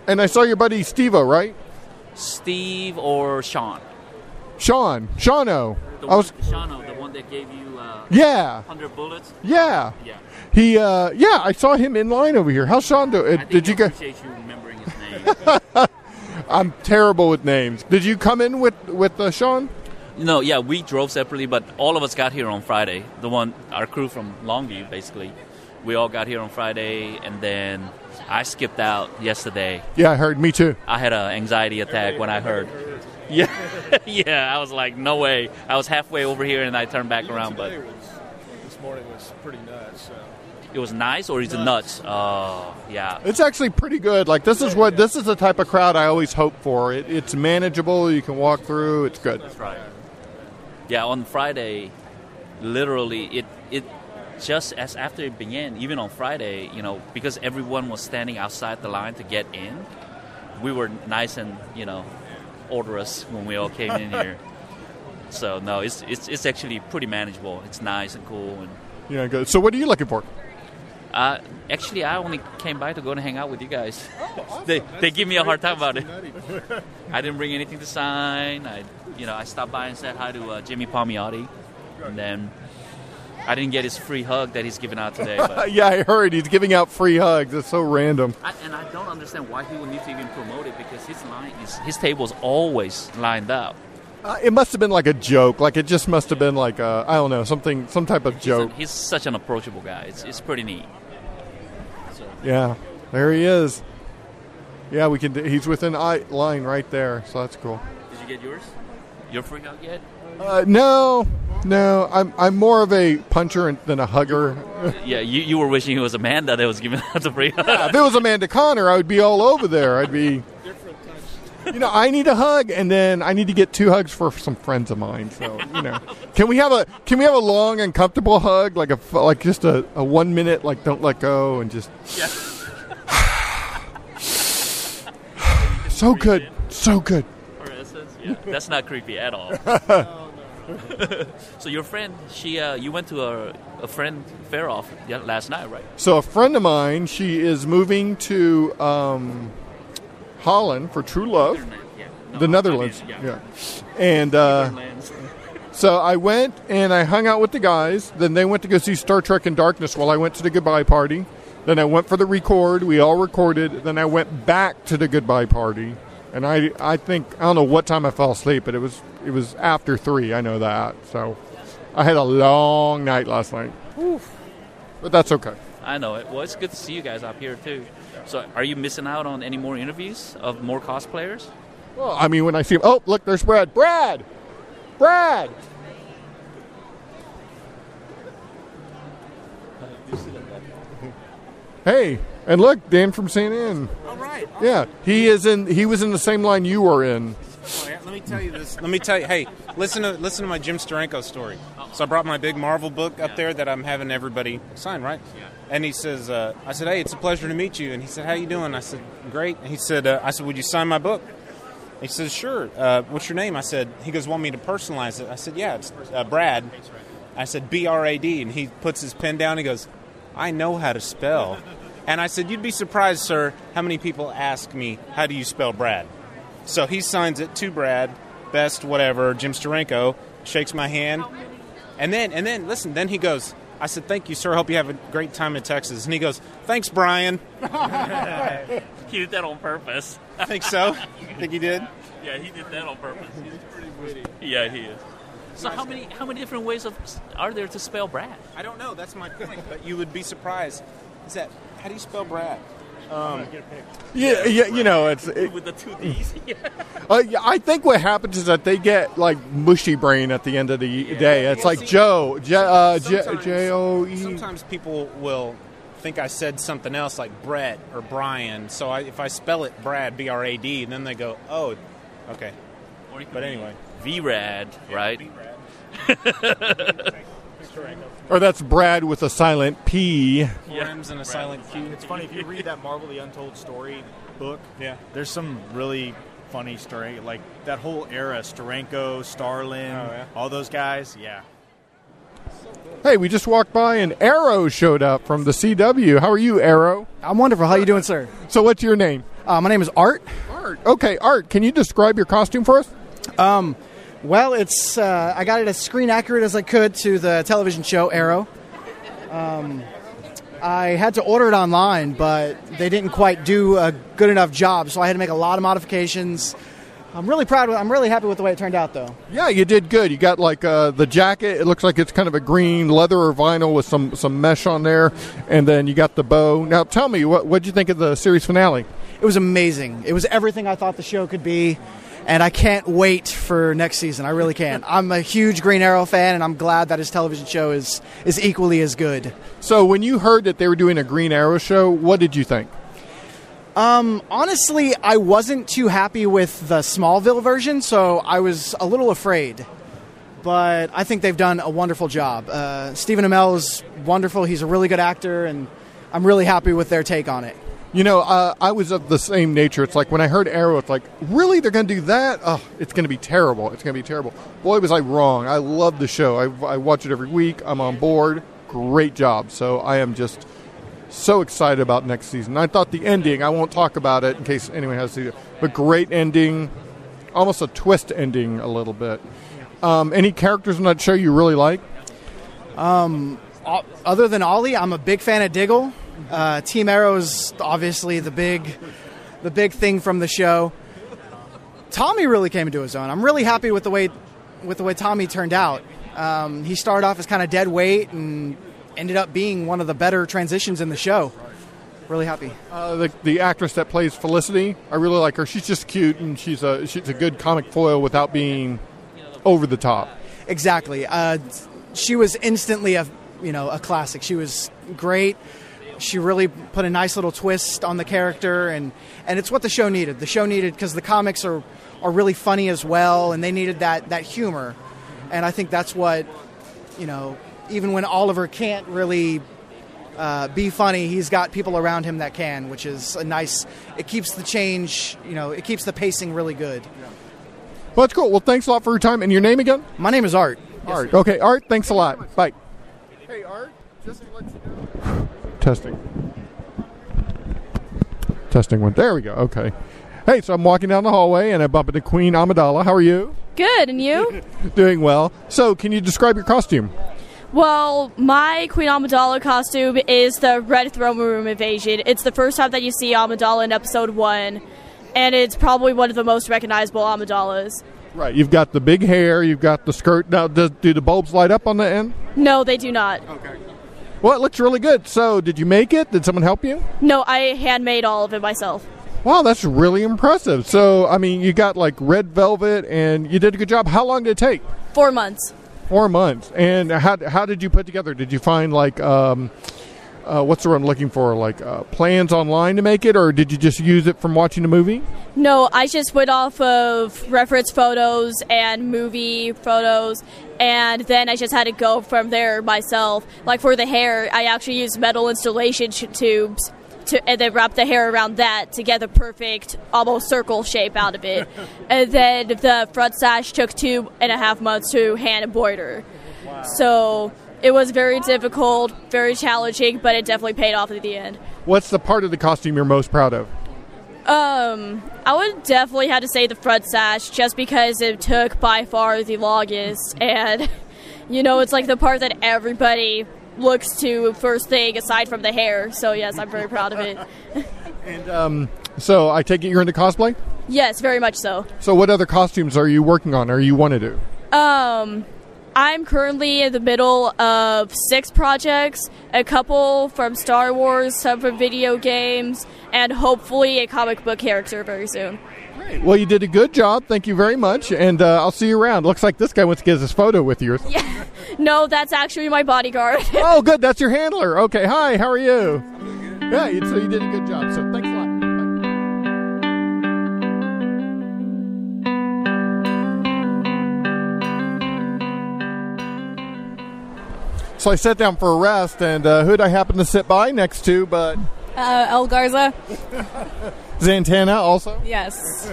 Speaker 15: And I saw your buddy Stevo, right?
Speaker 28: Steve or Sean?
Speaker 15: Sean, Shano.
Speaker 28: The
Speaker 15: I
Speaker 28: one,
Speaker 15: was,
Speaker 28: Shano, the one that gave you uh,
Speaker 15: yeah.
Speaker 28: 100 bullets?
Speaker 15: Yeah.
Speaker 28: Yeah.
Speaker 15: He, uh, yeah, I saw him in line over here. How's Sean doing?
Speaker 28: I
Speaker 15: Did
Speaker 28: think
Speaker 15: you
Speaker 28: I
Speaker 15: go?
Speaker 28: appreciate you remembering his name.
Speaker 15: <laughs> I'm terrible with names. Did you come in with with uh, Sean?
Speaker 28: No, yeah, we drove separately, but all of us got here on Friday. The one, our crew from Longview, basically. We all got here on Friday, and then I skipped out yesterday.
Speaker 15: Yeah, I heard. Me too.
Speaker 28: I had an anxiety attack when I heard. <laughs> Yeah, yeah, I was like, no way. I was halfway over here, and I turned back around, but
Speaker 8: this morning was pretty nuts. So.
Speaker 28: it was nice, or is it nuts? Oh, yeah.
Speaker 15: It's actually pretty good. Like this is what this is the type of crowd I always hope for. It, it's manageable. You can walk through. It's good.
Speaker 28: That's right. Yeah, on Friday, literally, it it just as after it began, even on Friday, you know, because everyone was standing outside the line to get in, we were nice and you know, orderous when we all came in <laughs> here. So no, it's it's it's actually pretty manageable. It's nice and cool, and
Speaker 15: Yeah, good. So what are you looking for?
Speaker 28: uh, actually, I only came by to go and hang out with you guys.
Speaker 15: Oh,
Speaker 28: <laughs> they they give me a hard time about it. <laughs> I didn't bring anything to sign. I, you know, I stopped by and said hi to uh, Jimmy Palmiotti, and then I didn't get his free hug that he's giving out today. But
Speaker 15: <laughs> yeah, I heard he's giving out free hugs. It's so random.
Speaker 28: I, and I don't understand why he would need to even promote it because his line is his table's always lined up.
Speaker 15: Uh, it must have been like a joke. Like it just must have been like uh, I I don't know something some type of joke.
Speaker 28: He's such an approachable guy. It's it's pretty neat. So,
Speaker 15: Yeah, there he is. Yeah, we can. d- He's within eye line right there, so that's cool.
Speaker 28: did you get yours? Your free hug yet? <laughs>
Speaker 15: Uh, no, no, I'm I'm more of a puncher and- than a hugger.
Speaker 28: Yeah, you, you were wishing it was Amanda that was giving <laughs> out the
Speaker 15: <laughs>
Speaker 28: free hug.
Speaker 15: if it was Amanda Connor, I would be all over there. I'd be. You know, I need a hug, and then I need to get two hugs for some friends of mine. So you know, can we have a can we have a long, uncomfortable hug, like a f- like just a, a one minute, like don't let go, and just <sighs> so good, so good.
Speaker 28: Or essence?
Speaker 3: <laughs>
Speaker 28: Yeah, that's not creepy at all. <laughs> so your friend, she, uh, you went to a, a friend fair off yeah, last night, right?
Speaker 15: So a friend of mine, she is moving to um, Holland for true love, the Netherlands.
Speaker 28: yeah.
Speaker 15: yeah. and uh, so I went and I hung out with the guys. Then they went to go see Star Trek in Darkness while I went to the goodbye party. Then I went for the record. We all recorded. Then I went back to the goodbye party, and I I think I don't know what time I fell asleep, but it was it was after three. I know that. So I had a long night last night, but that's okay.
Speaker 28: I know it. Well, it's good to see you guys up here too. So, are you missing out on any more interviews of more cosplayers?
Speaker 15: Well, I mean, when I see him, oh, look, there's Brad. Brad! Brad!
Speaker 10: <laughs>
Speaker 15: Hey, and look, Dan from St. Ann. All right. Yeah, he is in. He was in the same line you were in.
Speaker 3: Oh, Let me tell you this. Let me tell you. Hey, listen to listen to my Jim Steranko story. So I brought my big Marvel book up there that I'm having everybody sign, right? Yeah. And he says, uh, I said, hey, it's a pleasure to meet you. And he said, how you doing? I said, great. And he said, uh, I said, would you sign my book? He says, sure. Uh, what's your name? I said. He goes, want me to personalize it? I said, yeah, it's uh, Brad. I said, B R A D. And he puts his pen down. He goes, I know how to <laughs> spell. And I said, you'd be surprised, sir, how many people ask me, how do you spell Brad? So he signs it to Brad, best whatever, Jim Steranko, shakes my hand. And then and then listen, then he goes, I said, Thank you, sir. Hope you have a great time in Texas. And he goes,
Speaker 10: <laughs>
Speaker 3: Thanks, Brian.
Speaker 28: he did that on purpose.
Speaker 3: <laughs> Think so? Think he did?
Speaker 10: Yeah, he did that on purpose. He's
Speaker 30: pretty witty.
Speaker 10: Yeah, he is. So
Speaker 31: Nice
Speaker 10: how
Speaker 31: guy.
Speaker 10: many how many different ways of are there to spell Brad?
Speaker 31: I don't know. That's my point. but you would be surprised. Is that how do you spell Brad? Um,
Speaker 15: Yeah, yeah, you know, it's it-
Speaker 10: With the two D's.
Speaker 15: Uh, <laughs> yeah, I think what happens is that they get like mushy brain at the end of the day. It's like Joe, J uh, J-
Speaker 31: sometimes-
Speaker 15: J O E.
Speaker 31: Sometimes people will think I said something else like Brett or Brian. So I, if I spell it Brad, B R A D, then they go, oh, okay. But anyway.
Speaker 10: V Rad, right?
Speaker 15: Or that's Brad with a silent P.
Speaker 31: Four M's and a silent Q.
Speaker 17: It's funny if you read that Marvel: The Untold Story book.
Speaker 31: Yeah,
Speaker 17: there's some really funny story, like that whole era: Starenko, Starlin,
Speaker 31: Oh,
Speaker 17: all those guys. Yeah,
Speaker 15: Hey, we just walked by and Arrow showed up from the CW. How are you, Arrow?
Speaker 16: I'm wonderful. How you doing, sir?
Speaker 15: So, what's your name?
Speaker 16: Uh, my name is Art.
Speaker 15: Art. Okay, Art. Can you describe your costume for us?
Speaker 16: Um, well, it's uh, I got it as screen accurate as I could to the television show Arrow. Um, I had to order it online, but they didn't quite do a good enough job, so I had to make a lot of modifications. I'm really proud. Of, I'm really happy with the way it turned out, though.
Speaker 15: Yeah, you did good. You got like uh, the jacket. It looks like it's kind of a green leather or vinyl with some some mesh on there, and then you got the bow. Now, tell me, what what'd you think of the series finale?
Speaker 16: It was amazing. It was everything I thought the show could be, and I can't wait for next season. I really
Speaker 15: <laughs>
Speaker 16: can't. I'm a huge Green Arrow fan, and I'm glad that his television show is is equally as good.
Speaker 15: So, when you heard that they were doing a Green Arrow show, what did you think?
Speaker 16: Um, honestly, I wasn't too happy with the Smallville version, so I was a little afraid. But I think they've done a wonderful job. Uh, Stephen Amell is wonderful. He's a really good actor, and I'm really happy with their take on it.
Speaker 15: You know, uh, I was of the same nature. It's like when I heard Arrow, it's like, really, they're going to do that? Oh, it's going to be terrible. It's going to be terrible. Boy, was I wrong. I love the show. I, I watch it every week. I'm on board. Great job. So I am just so excited about next season. I thought the ending, I won't talk about it in case anyone has to, but great ending. Almost a twist ending, a little bit. Um, any characters in that show you really like?
Speaker 16: Um, o- other than Ollie, I'm a big fan of Diggle. Uh, Team Arrow's obviously the big, the big thing from the show. Tommy really came into his own. I'm really happy with the way, with the way Tommy turned out. Um, he started off as kind of dead weight and ended up being one of the better transitions in the show. Really happy.
Speaker 15: Uh, the, the actress that plays Felicity, I really like her. She's just cute and she's a she's a good comic foil without being over the top.
Speaker 16: Exactly. Uh, she was instantly a you know a classic. She was great. She really put a nice little twist on the character, and and it's what the show needed. The show needed because the comics are are really funny as well, and they needed that that humor, and I think that's what you know. Even when Oliver can't really uh, be funny, he's got people around him that can, which is a nice. It keeps the change, you know, it keeps the pacing really good.
Speaker 15: Well, that's cool. Well, thanks a lot for your time and your name again.
Speaker 16: My name is Art.
Speaker 15: Art. okay, Art. Thanks a lot. Bye. Hey, Art, just to let you know. Testing. Testing one. There we go. Okay. Hey, so I'm walking down the hallway and I bump into Queen Amidala. How are you?
Speaker 32: Good, and you?
Speaker 15: Doing well. So, can you describe your costume?
Speaker 32: well, my Queen Amidala costume is the Red Throne Room Invasion. It's the first time that you see Amidala in episode one, and it's probably one of the most recognizable Amidalas.
Speaker 15: Right. You've got the big hair. You've got the skirt. Now, does, do the bulbs light up on the end?
Speaker 32: No, they do not. Okay.
Speaker 15: Well, it looks really good. So, did you make it? Did someone help you?
Speaker 32: No, I handmade all of it myself.
Speaker 15: Wow, that's really impressive. So, I mean, you got like red velvet and you did a good job. How long did it take?
Speaker 32: Four months.
Speaker 15: Four months. And how, how did you put together? Did you find like, um, uh, what's the word I'm looking for? Like uh, plans online to make it, or did you just use it from watching a movie?
Speaker 32: No, I just went off of reference photos and movie photos, and then I just had to go from there myself. Like for the hair, I actually used metal installation sh- tubes to, and then wrap the hair around that to get the perfect, almost circle shape out of it. and then the front sash took two and a half months to hand embroider. So it was very difficult, very challenging, but it definitely paid off at the end.
Speaker 15: What's the part of the costume you're most proud of?
Speaker 32: Um, I would definitely have to say the front sash just because it took by far the longest, and <laughs> you know it's like the part that everybody looks to first thing aside from the hair. So yes, I'm very proud of it.
Speaker 15: And um, so, I take it you're into cosplay.
Speaker 32: Yes, very much so.
Speaker 15: So, what other costumes are you working on or you want to do?
Speaker 32: Um, I'm currently in the middle of six projects, a couple from Star Wars, some from video games, and hopefully a comic book character very soon.
Speaker 15: Well, you did a good job. Thank you very much. And uh, I'll see you around. Looks like this guy wants to get his photo with you.
Speaker 32: No, that's actually my bodyguard.
Speaker 15: <laughs> oh, good. That's your handler. Okay. Hi. How are you? Yeah. you- So you did a good job. So thanks a lot. So I sat down for a rest, and uh, who'd I happen to sit by next to? But
Speaker 33: Uh, El Garza.
Speaker 15: Zantana <laughs> also.
Speaker 33: yes.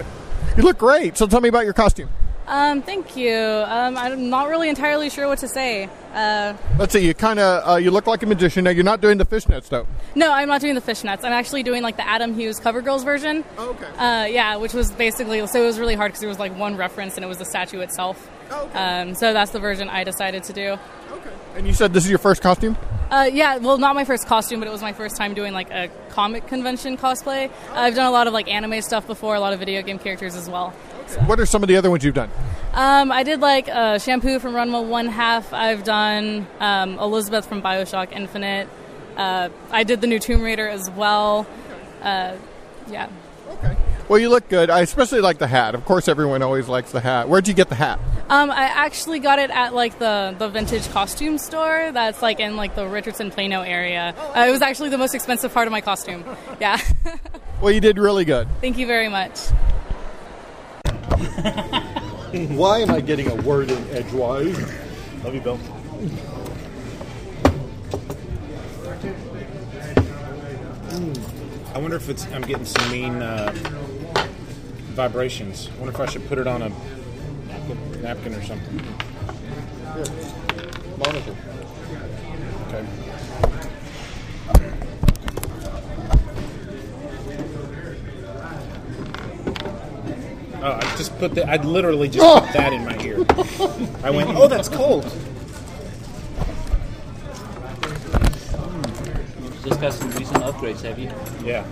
Speaker 15: You look great. So tell me about your costume.
Speaker 33: Um, thank you. Um, I'm not really entirely sure what to say. Uh,
Speaker 15: Let's see. You kind of uh, you look like a magician. Now you're not doing the fishnets though.
Speaker 33: no, I'm not doing the fishnets. I'm actually doing like the Adam Hughes CoverGirls version.
Speaker 15: Oh,
Speaker 33: okay. Uh, yeah, which was basically so it was really hard because there was like one reference and it was the statue itself.
Speaker 15: Oh,
Speaker 33: Um, so that's the version I decided to do.
Speaker 15: And you said this is your first costume.
Speaker 33: Uh, yeah, well, not my first costume, but it was my first time doing like a comic convention cosplay.
Speaker 15: Oh.
Speaker 33: I've done a lot of like anime stuff before, a lot of video game characters as well.
Speaker 15: What are some of the other ones you've done?
Speaker 33: Um, I did like uh, shampoo from Runwell One Half. I've done um, Elizabeth from Bioshock Infinite. Uh, I did the new Tomb Raider as well. Uh, yeah,
Speaker 15: Well, you look good. I especially like the hat. Of course, everyone always likes the hat. Where'd you get the hat?
Speaker 33: um, I actually got it at like the, the vintage costume store that's like in like the Richardson Plano area. Uh, it was actually the most expensive part of my costume. Yeah, <laughs>
Speaker 15: Well, you did really good.
Speaker 33: thank you very much.
Speaker 15: Why am I getting a word in edgewise?
Speaker 12: Love you, Bill.
Speaker 3: I wonder if it's. I'm getting some mean uh, vibrations. I wonder if I should put it on a napkin, napkin or something.
Speaker 15: Monitor.
Speaker 3: Okay. Oh, I just put the. I literally just put that in my ear. I went. Oh, that's cold.
Speaker 28: Just got some recent upgrades, have you?
Speaker 3: Yeah.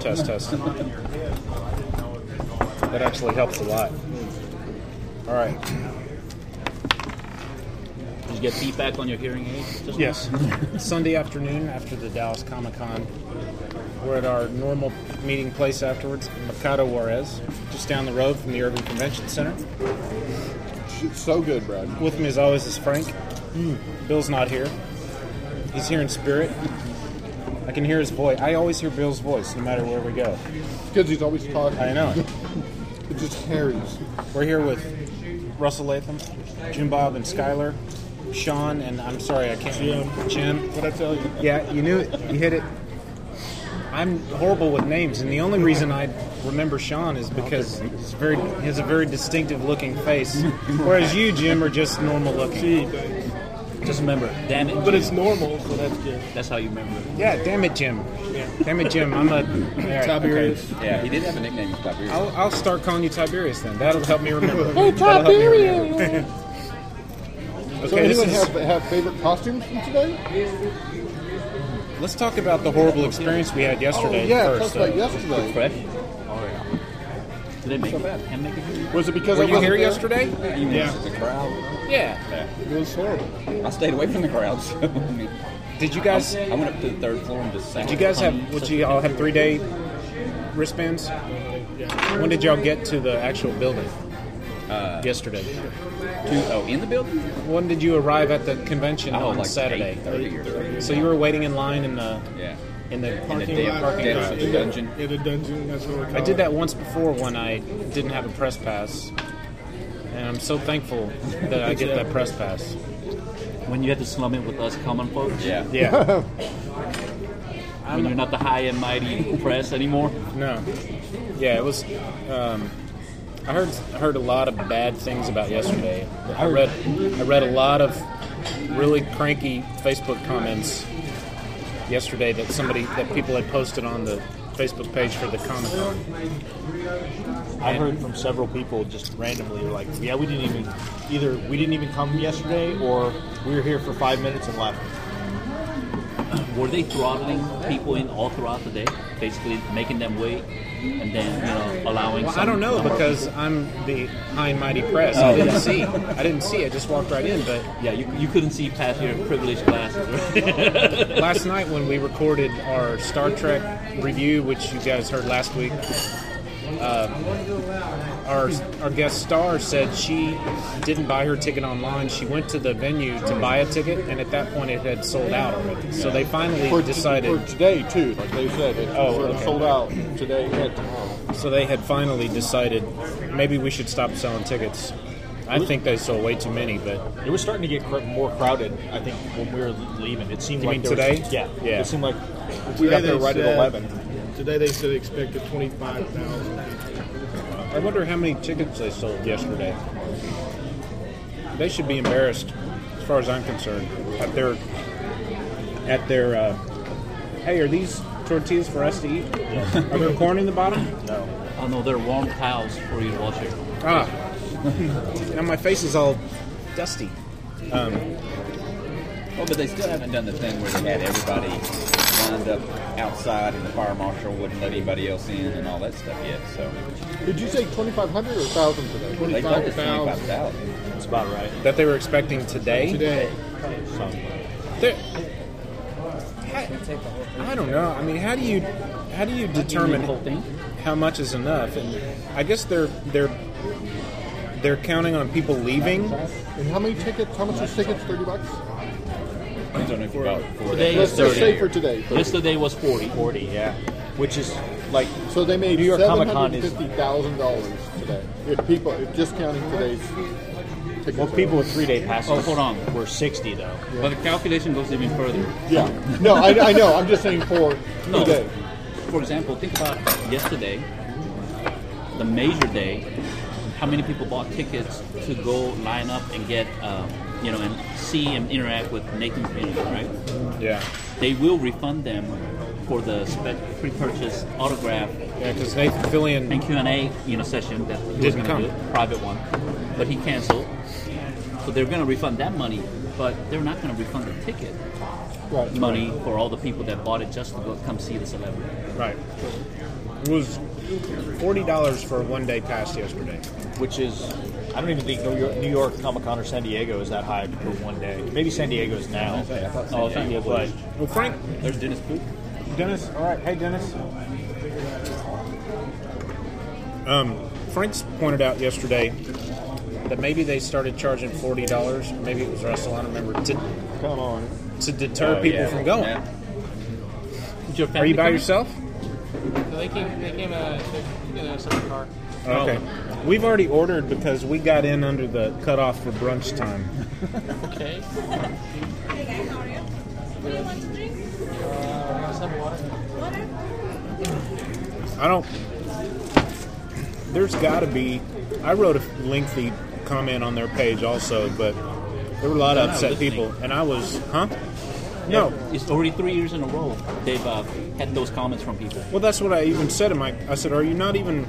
Speaker 3: Test, test. That actually helps a lot. All right.
Speaker 28: Did you get feedback on your hearing aid? Just
Speaker 3: Yes. Sunday afternoon after the Dallas Comic Con. We're at our normal meeting place afterwards, Mercado Juarez, just down the road from the Urban Convention Center.
Speaker 15: So good, Brad.
Speaker 3: With me as always is Frank. Bill's not here. He's here in spirit. I can hear his voice. I always hear Bill's voice, no matter where we go.
Speaker 15: Because he's always talking.
Speaker 3: I know.
Speaker 15: <laughs> it just carries.
Speaker 3: We're here with Russell Latham, Jim Bob, and Skylar, Sean, and I'm sorry I can't. Jim. Jim. What I tell you? Yeah, you knew it. You hit it. I'm horrible with names, and the only reason I remember Sean is because he's very he has a very distinctive looking face, whereas you, Jim, are just normal looking. Just remember,
Speaker 28: Damn it.
Speaker 3: But
Speaker 28: Jim.
Speaker 3: it's
Speaker 28: normal, so that's good. That's how you remember it.
Speaker 3: Yeah, damn it, Jim. Damn it, Jim. I'm a Alright,
Speaker 28: Tiberius.
Speaker 3: okay.
Speaker 28: Yeah, he did have a nickname, Tiberius.
Speaker 3: I'll, I'll start calling you Tiberius then. That'll help me remember.
Speaker 15: Hey,
Speaker 3: That'll help me remember.
Speaker 15: Tiberius.
Speaker 3: <laughs> okay,
Speaker 15: so
Speaker 3: this
Speaker 15: anyone
Speaker 3: is-
Speaker 15: have, have favorite costumes from today?
Speaker 3: Let's talk about the horrible experience we had yesterday.
Speaker 15: Oh, yeah,
Speaker 3: first,
Speaker 15: talk about
Speaker 3: uh,
Speaker 15: yesterday. Fresh?
Speaker 3: Oh yeah. Did
Speaker 28: they make
Speaker 15: So
Speaker 28: it?
Speaker 15: bad.
Speaker 28: Can make it?
Speaker 15: Was it because
Speaker 3: Were
Speaker 15: I
Speaker 3: you
Speaker 15: wasn't
Speaker 3: here
Speaker 15: there?
Speaker 3: yesterday?
Speaker 28: You
Speaker 3: Yeah.
Speaker 28: missed the crowd.
Speaker 3: Yeah.
Speaker 28: It was horrible. I stayed away from the crowd. <laughs> So I mean,
Speaker 3: Did you guys?
Speaker 28: I went up to the third floor and just sat.
Speaker 3: Did you guys have? Would you all have three day wristbands? When did y'all get to the actual building? Uh, yesterday.
Speaker 28: To, oh, in the building.
Speaker 3: When did you arrive at the convention
Speaker 28: Oh,
Speaker 3: on
Speaker 28: like
Speaker 3: Saturday?
Speaker 28: 8:30 or something.
Speaker 3: So you were waiting in line in the
Speaker 28: yeah
Speaker 3: in the
Speaker 28: Parking damn- lot.
Speaker 3: parking
Speaker 28: damn
Speaker 3: lot.
Speaker 28: the dungeon.
Speaker 34: Yeah, the dungeon. That's what we call
Speaker 3: I did
Speaker 34: it.
Speaker 3: that once before when I didn't have a press pass, and I'm so thankful that I get that press pass.
Speaker 28: When you had to slum it with us common folks. Yeah.
Speaker 3: Yeah.
Speaker 28: when you're not the high and mighty press anymore.
Speaker 3: No. Yeah, it was. Um, I heard heard a lot of bad things about yesterday. I read I read a lot of really cranky Facebook comments yesterday that somebody that people had posted on the Facebook page for the Comic Con.
Speaker 12: I heard from several people just randomly, like, yeah, we didn't even, either we didn't even come yesterday or we were here for five minutes and left.
Speaker 28: were they throttling people in all throughout the day, basically making them wait, and then you know allowing?
Speaker 3: Well,
Speaker 28: some
Speaker 3: I don't know
Speaker 28: number of
Speaker 3: because
Speaker 28: people-
Speaker 3: I'm the high and mighty press.
Speaker 28: Oh,
Speaker 3: I didn't
Speaker 28: yeah.
Speaker 3: see. I didn't see. I just walked right in. But
Speaker 28: yeah, you, you couldn't see past your privileged glasses. Right? <laughs>
Speaker 3: last night when we recorded our Star Trek review, which you guys heard last week, uh, our our guest star said she didn't buy her ticket online. She went to the venue to buy a ticket, and at that point it had sold out already. So they finally
Speaker 15: for,
Speaker 3: decided.
Speaker 15: for today too. Like they said, it
Speaker 3: Oh,
Speaker 15: sort of
Speaker 3: okay.
Speaker 15: sold out today and tomorrow.
Speaker 3: So they had finally decided maybe we should stop selling tickets. I think they sold way too many, but uh,
Speaker 12: It was starting to get cr- more crowded. I think when we were leaving, it seemed
Speaker 3: You
Speaker 12: like
Speaker 3: mean
Speaker 12: there was-
Speaker 3: today?
Speaker 12: yeah,
Speaker 3: Yeah.
Speaker 12: It seemed like we
Speaker 8: Today
Speaker 12: got
Speaker 8: they
Speaker 12: there right
Speaker 15: uh,
Speaker 8: said-
Speaker 12: at eleven.
Speaker 8: Today they said expected 25,000 people.
Speaker 3: I wonder how many tickets they sold yesterday. They should be embarrassed, as far as I'm concerned, at their at their. Uh, hey, are these tortillas for us to eat? Are there corn in the bottom? No.
Speaker 28: <laughs> Oh no, they're warm towels for you to wash it.
Speaker 3: Ah, <laughs> now my face is all dusty. Um,
Speaker 11: Well, Oh, but they still haven't done the thing where they had everybody lined up outside and the fire marshal wouldn't let anybody else in and all that stuff yet. So
Speaker 15: Did you say 2,500 or 1,000 today?
Speaker 11: They told us 25,000.
Speaker 3: That's about right. That they were expecting today.
Speaker 15: Today.
Speaker 3: There- I don't know. I mean, how do you how do you determine how much is enough? And I guess they're they're they're counting on people leaving.
Speaker 15: And how many tickets? How much was tickets? 30 bucks?
Speaker 3: I don't know if
Speaker 15: Today is Let's just 30. say for today, 30.
Speaker 28: Yesterday was forty.
Speaker 12: Forty, yeah. Which is like
Speaker 15: So they made
Speaker 12: New York Comic Con is
Speaker 15: $750,000 today. If people, if just counting today's tickets.
Speaker 12: well, people with three day passes.
Speaker 15: Oh, hold
Speaker 28: on,
Speaker 12: we're sixty though.
Speaker 28: But the calculation goes even further.
Speaker 15: Yeah. No, I, I know. I'm just saying for
Speaker 28: No.
Speaker 15: today.
Speaker 28: For example, think about yesterday, the major day. How many people bought tickets to go line up and get, um, you know, and see and interact with Nathan Fillion, right?
Speaker 3: Yeah.
Speaker 28: They will refund them for the spec pre-purchase autograph.
Speaker 3: Yeah, because Nathan Fillion
Speaker 28: and Q and A, you know, session that he was
Speaker 3: Didn't
Speaker 28: going
Speaker 3: come.
Speaker 28: to do, private one, but he canceled. So they're going to refund that money, but they're not going to refund the ticket
Speaker 3: Right.
Speaker 28: money for all the people that bought it just to go come see the celebrity.
Speaker 3: Right. It was forty dollars for a one day pass yesterday.
Speaker 12: Which is, I don't even think New York, New York Comic Con or San Diego is that high for one day. Maybe San Diego's now.
Speaker 28: Oh, San Diego
Speaker 12: but
Speaker 28: is.
Speaker 3: Well, Frank.
Speaker 28: There's Dennis Poop.
Speaker 3: Dennis, all right. Hey, Dennis. Um, Frank's pointed out yesterday that maybe they started charging forty dollars. Maybe it was Russell. I don't remember. To, Come on. To deter
Speaker 12: Oh,
Speaker 3: people
Speaker 12: yeah.
Speaker 3: from going.
Speaker 12: Yeah.
Speaker 3: Are you by yourself?
Speaker 21: They came. They came. Uh, in a separate car.
Speaker 8: Oh.
Speaker 3: Okay. We've already ordered because we got in under the cutoff for brunch time.
Speaker 21: Okay.
Speaker 3: <laughs>
Speaker 21: Hey guys, how are you? What do you want to drink? Uh, just have water. Water.
Speaker 3: I don't. There's got to be. I wrote a lengthy comment on their page also, but there were a lot of
Speaker 28: No,
Speaker 3: upset
Speaker 28: listening.
Speaker 3: people, and I was, huh?
Speaker 28: Yeah,
Speaker 3: No.
Speaker 28: it's already three years in a row they've uh, had those comments from people.
Speaker 3: Well, that's what I even said to Mike. I said, "Are you not even?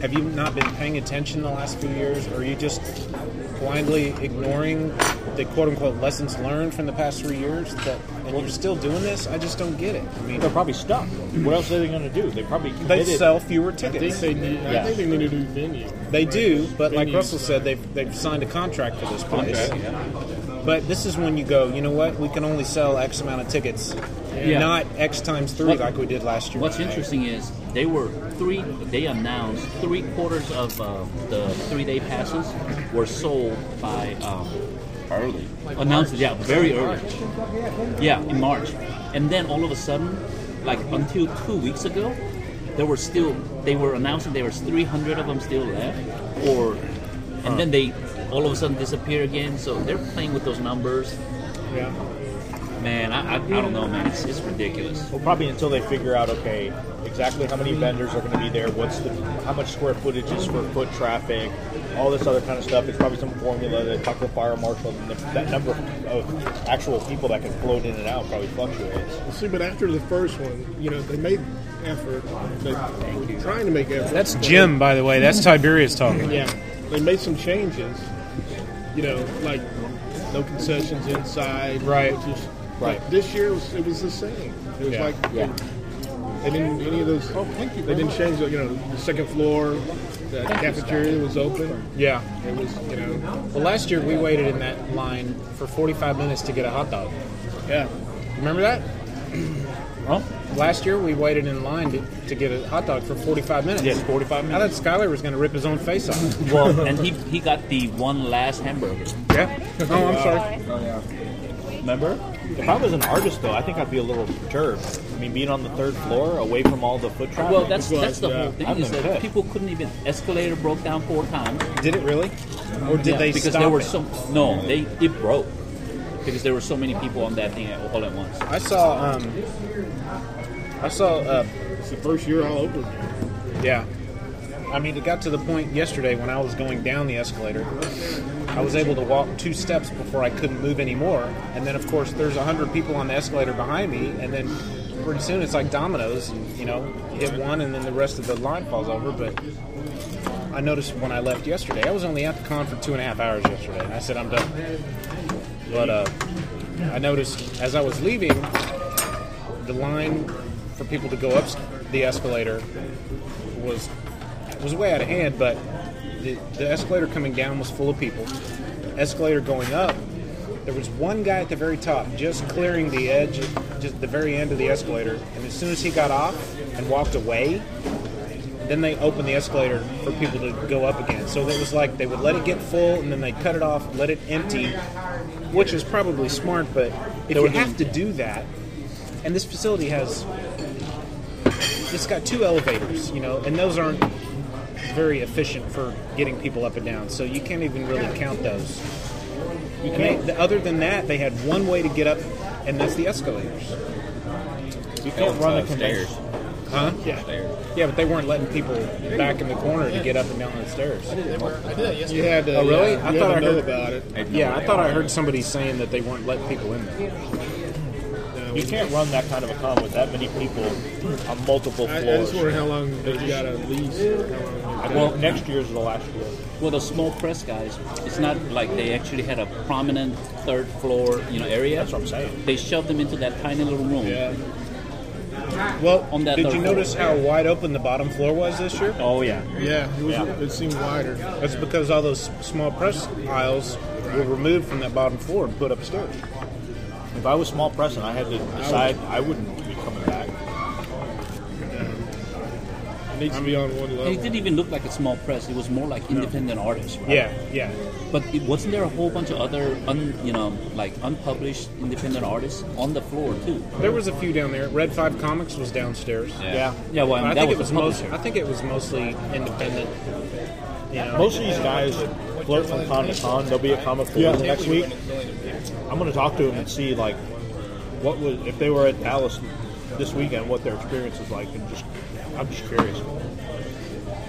Speaker 3: Have you not been paying attention the last few years? Or are you just blindly ignoring the quote-unquote lessons learned from the past three years? That and you're still doing this? I just don't get it. I mean,
Speaker 12: They're probably stuck. What else are they going to do? They probably
Speaker 3: they
Speaker 12: committed-
Speaker 3: sell fewer
Speaker 12: I think
Speaker 3: tickets.
Speaker 12: they need- I
Speaker 3: Yeah.
Speaker 12: think they
Speaker 8: need a new venue.
Speaker 3: They do, but like
Speaker 8: Venues
Speaker 3: Russell said, they've they've signed a contract for this place.
Speaker 8: Contract, yeah.
Speaker 3: But this is when you go. You know what? We can only sell X amount of tickets,
Speaker 28: Yeah.
Speaker 3: not X times three
Speaker 28: What-
Speaker 3: like we did last year.
Speaker 28: What's interesting is they were three. They announced three quarters of uh, the three-day passes were sold by um, early. announced,
Speaker 11: March.
Speaker 28: yeah, very early.
Speaker 11: March.
Speaker 28: Yeah, in March, and then all of a sudden, like until two weeks ago, there were still they were announcing there was 300 of them still left, or uh, and then they all of a sudden disappear again. So they're playing with those numbers.
Speaker 3: Yeah.
Speaker 28: Man, I, I, I don't know, man. It's, it's ridiculous.
Speaker 12: Well, probably until they figure out okay exactly how many vendors are going to be there, what's the how much square footage is for foot traffic, all this other kind of stuff. It's probably some formula. They talk to the fire marshal, and the, that number of actual people that can float in and out probably fluctuates.
Speaker 8: Well, See, but after the first one, you know, they made effort. They were trying to make effort.
Speaker 3: That's Jim, by the way. That's Tiberius talking.
Speaker 8: Yeah, they made some changes. You know, like no concessions inside. Right. Which is
Speaker 12: Right.
Speaker 8: This year was, it was the same. It was
Speaker 12: Yeah.
Speaker 8: like
Speaker 12: Yeah.
Speaker 8: they didn't any of those. Oh, thank you. They didn't change. the- You know, the second floor, the
Speaker 3: Thank you,
Speaker 8: cafeteria
Speaker 3: Scott.
Speaker 8: was open.
Speaker 3: Yeah.
Speaker 8: It was you know.
Speaker 3: Well, last year we waited in that line for 45 minutes to get a hot dog.
Speaker 8: Yeah.
Speaker 3: Remember
Speaker 8: <clears throat>
Speaker 3: that? Well, last year we waited in line to, to get a hot dog for 45 minutes.
Speaker 28: Yeah, 45 minutes.
Speaker 3: I thought Skyler was going to rip his own
Speaker 8: <laughs>
Speaker 3: face off.
Speaker 28: Well, and he, he got the one last hamburger.
Speaker 3: Yeah.
Speaker 28: Oh, I'm
Speaker 3: sorry.
Speaker 28: Oh, yeah.
Speaker 12: Remember? If I was an artist, though, I think I'd be a little perturbed. I mean, being on the third floor, away from all the foot traffic.
Speaker 28: Well, that's that's the
Speaker 12: Yeah.
Speaker 28: whole thing
Speaker 12: I'm
Speaker 28: is that
Speaker 12: impressed.
Speaker 28: people couldn't even escalator broke down four times. Mm-hmm.
Speaker 12: Did it really? Or did
Speaker 28: Yeah,
Speaker 12: they
Speaker 28: because
Speaker 12: stop
Speaker 28: there were
Speaker 12: it?
Speaker 28: so no they it broke because there were so many people on that thing all at once.
Speaker 3: I saw. Um, I saw. Uh,
Speaker 8: it's the first year all over.
Speaker 3: Yeah. I mean, it got to the point yesterday when I was going down the escalator. I was able to walk two steps before I couldn't move anymore. And then, of course, there's a hundred people on the escalator behind me. And then pretty soon it's like dominoes. And, you know, you hit one and then the rest of the line falls over. But I noticed when I left yesterday, I was only at the con for two and a half hours yesterday. And I said, I'm done. But uh, I noticed as I was leaving, the line for people to go up the escalator was was way out of hand, but the, the escalator coming down was full of people. Escalator going up, there was one guy at the very top just clearing the edge, just the very end of the escalator. And as soon as he got off and walked away, then they opened the escalator for people to go up again. So it was like they would let it get full and then they cut it off, let it empty, which is probably smart, but if
Speaker 12: They
Speaker 3: you
Speaker 12: were
Speaker 3: have to do that, and this facility has it's got two elevators, you know, and those aren't very efficient for getting people up and down. So you can't even really count those. You can't. other than that, they had one way to get up, and that's the escalators. You
Speaker 12: can't run a convention.
Speaker 3: Huh? Yeah. Yeah, but they weren't letting people back in the corner to get up and down the stairs. I
Speaker 8: did that yesterday. You had to-
Speaker 3: oh, really?
Speaker 8: yeah,
Speaker 3: I
Speaker 8: you
Speaker 3: thought
Speaker 8: had
Speaker 3: I
Speaker 8: to know
Speaker 3: heard
Speaker 8: about it.
Speaker 3: Yeah, I thought I heard somebody saying that they weren't letting people in there.
Speaker 12: You can't run that kind of a con with that many people on multiple floors.
Speaker 8: I, I just wonder how long they've got a lease. How long they've
Speaker 28: Well,
Speaker 8: got-
Speaker 28: next year's the last year. Well, the small press guys, it's not like they actually had a prominent third floor, you know, area. That's what I'm saying. They shoved them into that tiny little room. Yeah.
Speaker 3: Well,
Speaker 28: on that
Speaker 3: Did
Speaker 28: third
Speaker 3: you notice
Speaker 28: floor.
Speaker 3: how wide open the bottom floor was this year?
Speaker 28: Oh yeah,
Speaker 8: Yeah, it, was, it seemed wider.
Speaker 3: That's because all those s- small press aisles were removed from that bottom floor and put upstairs.
Speaker 12: If I was small press and I had to decide, I wouldn't be coming back.
Speaker 8: It needs to be on one
Speaker 28: And it
Speaker 8: level.
Speaker 28: didn't even look like a small press. It was more like independent artists, right?
Speaker 3: Yeah, yeah.
Speaker 28: But it, wasn't there a whole bunch of other, un, you know, like unpublished independent artists on the floor too?
Speaker 3: There was a few down there. Red Five Comics was downstairs.
Speaker 28: Yeah. Yeah. Yeah, well,
Speaker 3: But I
Speaker 28: that
Speaker 3: think
Speaker 28: was
Speaker 3: it
Speaker 28: the
Speaker 3: was most,
Speaker 28: publisher.
Speaker 3: I think it was mostly independent. You know,
Speaker 12: Most of these guys flirt from con to con. They'll be at Comic Con
Speaker 3: Yeah.
Speaker 12: the next week. I'm going to talk to them and see like what was if they were at Dallas this weekend, what their experience is like, and just I'm just curious.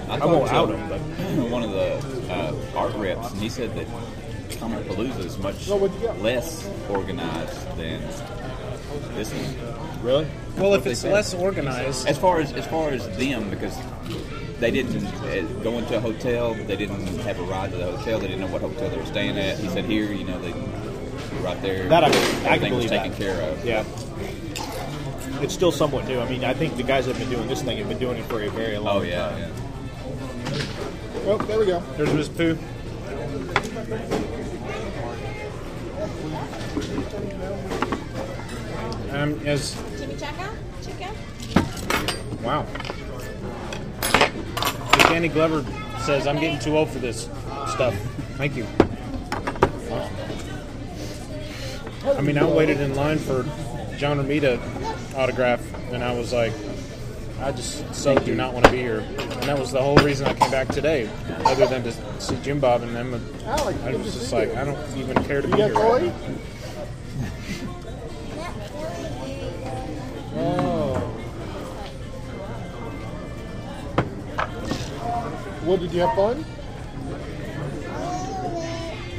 Speaker 12: I, won't out them, but
Speaker 15: <laughs> one of the uh, art reps, and he said that Comic Palooza is much
Speaker 12: No, what'd you got?
Speaker 15: less organized than this one.
Speaker 12: Really?
Speaker 3: Well, if it's less organized-
Speaker 15: as far as as far as them, because they didn't uh, go into a hotel, they didn't have a ride to the hotel, they didn't know what hotel they were staying at. He said here, you know, they were right there,
Speaker 12: That I can- I
Speaker 15: everything
Speaker 12: can
Speaker 15: was
Speaker 12: believe
Speaker 15: taken
Speaker 12: that.
Speaker 15: care of.
Speaker 12: Yeah. it's still somewhat new. I mean, I think the guys that have been doing this thing have been doing it for a very long
Speaker 15: Oh, yeah,
Speaker 12: time.
Speaker 8: Oh, there we go.
Speaker 3: There's Miss Pooh. Um, as
Speaker 35: Jimmy, check out. Check out.
Speaker 3: wow. Danny Glover says, "I'm getting too old for this stuff." Thank you. I mean, I waited in line for John Romita autograph, and I was like, I just so do not want to be here. And that was the whole reason I came back today, other than to see Jim Bob and them.
Speaker 8: Alec, good
Speaker 3: I
Speaker 8: to
Speaker 3: was just
Speaker 8: see
Speaker 3: like,
Speaker 8: you.
Speaker 3: I don't even care to
Speaker 8: You
Speaker 3: be
Speaker 8: got
Speaker 3: here. right
Speaker 8: Chloe?
Speaker 3: now.
Speaker 8: What did you have fun?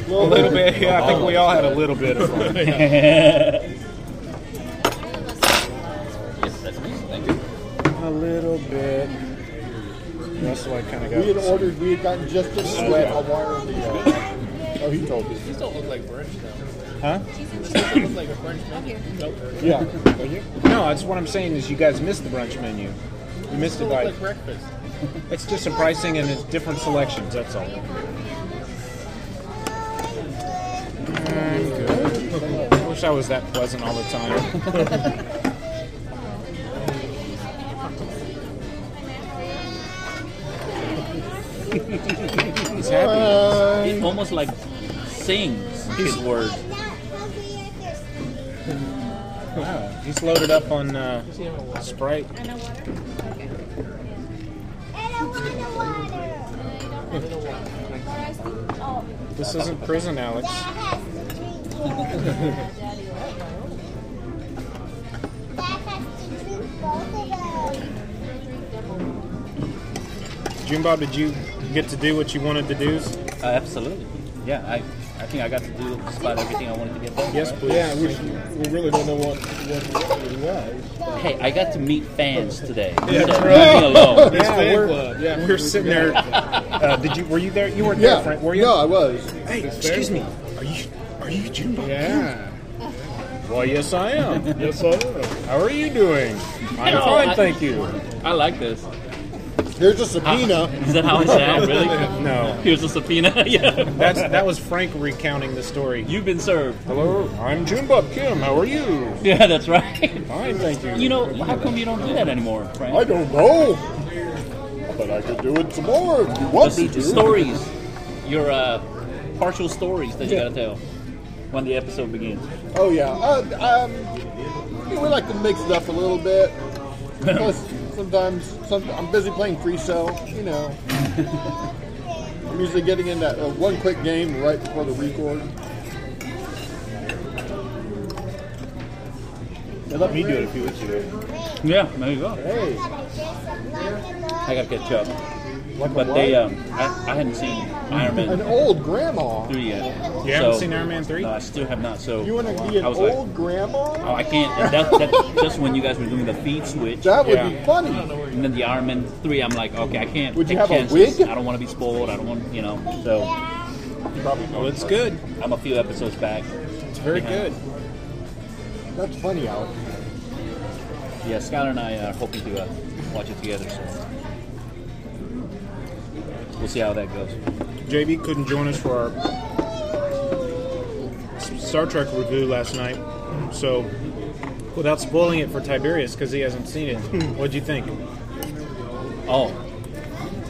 Speaker 3: A little bit. Yeah, I think we all had a little bit
Speaker 28: <laughs>
Speaker 3: of <laughs> fun.
Speaker 15: Yes, that's me. Thank you.
Speaker 3: A little bit. That's what I kind of got.
Speaker 8: We had ordered, we had gotten just a sweat. I wanted the. Uh, oh, he told me.
Speaker 3: These
Speaker 8: don't look like bricks now.
Speaker 3: Huh?
Speaker 8: like a French menu. Nope.
Speaker 3: Yeah. No, that's what I'm saying is you guys missed the brunch menu. You missed it
Speaker 8: Still
Speaker 3: by.
Speaker 8: like breakfast.
Speaker 3: It's just some pricing and it's different selections. That's all. I wish I was that pleasant all the time.
Speaker 8: <laughs>
Speaker 28: He's
Speaker 8: Bye.
Speaker 28: happy. He almost like sings his word.
Speaker 3: Wow, he's loaded up on uh, Sprite. This isn't prison, Alex. June Bob, did you get to do what you wanted to do?
Speaker 28: Uh, absolutely. Yeah, I, I think I got to do just about everything I wanted to get done.
Speaker 3: Yes,
Speaker 28: right?
Speaker 3: please.
Speaker 15: Yeah, we, we really don't know what what it was.
Speaker 28: Hey, I got to meet fans today.
Speaker 15: Yeah,
Speaker 28: so
Speaker 15: that's right.
Speaker 28: leave me alone.
Speaker 3: Yeah, we're,
Speaker 15: yeah.
Speaker 3: we're sitting there. <laughs> Uh, did you? Were you there? You weren't
Speaker 15: Yeah.
Speaker 3: there, Frank? Were you?
Speaker 15: No, I was.
Speaker 3: Hey,
Speaker 15: It's
Speaker 3: excuse
Speaker 15: fair.
Speaker 3: me. Are you? Are you Junebug?
Speaker 15: Yeah.
Speaker 3: Well, yes, I am.
Speaker 15: Yes, I am.
Speaker 3: How are you doing? I'm
Speaker 28: No,
Speaker 3: fine,
Speaker 28: I-
Speaker 3: thank you.
Speaker 28: I like this.
Speaker 15: Here's a subpoena.
Speaker 28: <laughs> Is that how I
Speaker 3: <laughs>
Speaker 28: sound? Really?
Speaker 15: <laughs>
Speaker 3: no.
Speaker 28: Here's a subpoena. <laughs> yeah.
Speaker 3: That's that was Frank recounting the story.
Speaker 28: You've been served.
Speaker 3: Hello, I'm Junebug Kim. How are you?
Speaker 28: <laughs> Yeah, that's right. <laughs>
Speaker 3: Fine, thank you.
Speaker 28: You know, how come you don't do that anymore, Frank?
Speaker 15: I don't know, but I could do it some more if you want
Speaker 28: The
Speaker 15: me
Speaker 28: s-
Speaker 15: to.
Speaker 28: stories. Your uh, partial stories that you gotta tell when the episode begins.
Speaker 15: Oh yeah. Uh, um, yeah, we like to mix it up a little bit. Plus, sometimes some, I'm busy playing free cell. You know, I'm usually getting in that uh, one quick game right before the record.
Speaker 12: They let me do it a few weeks ago.
Speaker 28: Yeah, there you go.
Speaker 15: Hey.
Speaker 28: I gotta catch up.
Speaker 15: Like a
Speaker 28: but they,
Speaker 15: what?
Speaker 28: um, I, I hadn't seen Iron Man
Speaker 15: An old grandma.
Speaker 28: 3 yet.
Speaker 3: You haven't seen Iron Man 3?
Speaker 28: No, I still have not. So
Speaker 15: You want to be an
Speaker 28: I was
Speaker 15: old
Speaker 28: like,
Speaker 15: grandma?
Speaker 28: oh, I can't. And that, that, just when you guys were doing the feed switch.
Speaker 15: That would be funny.
Speaker 28: And then the Iron Man 3, I'm like, okay, I can't.
Speaker 15: Would you
Speaker 28: take
Speaker 15: have a
Speaker 28: chances.
Speaker 15: wig?
Speaker 28: I don't want to be spoiled. I don't want, you know. So.
Speaker 3: Well, it's good.
Speaker 28: I'm a few episodes back.
Speaker 3: It's very good.
Speaker 15: That's funny, Alex.
Speaker 28: Yeah, Skylar and I are hoping to uh, watch it together. So we'll see how that goes.
Speaker 3: JB couldn't join us for our Star Trek review last night, so without spoiling it for Tiberius because he hasn't seen
Speaker 15: <laughs>
Speaker 3: it, what'd you think?
Speaker 28: Oh,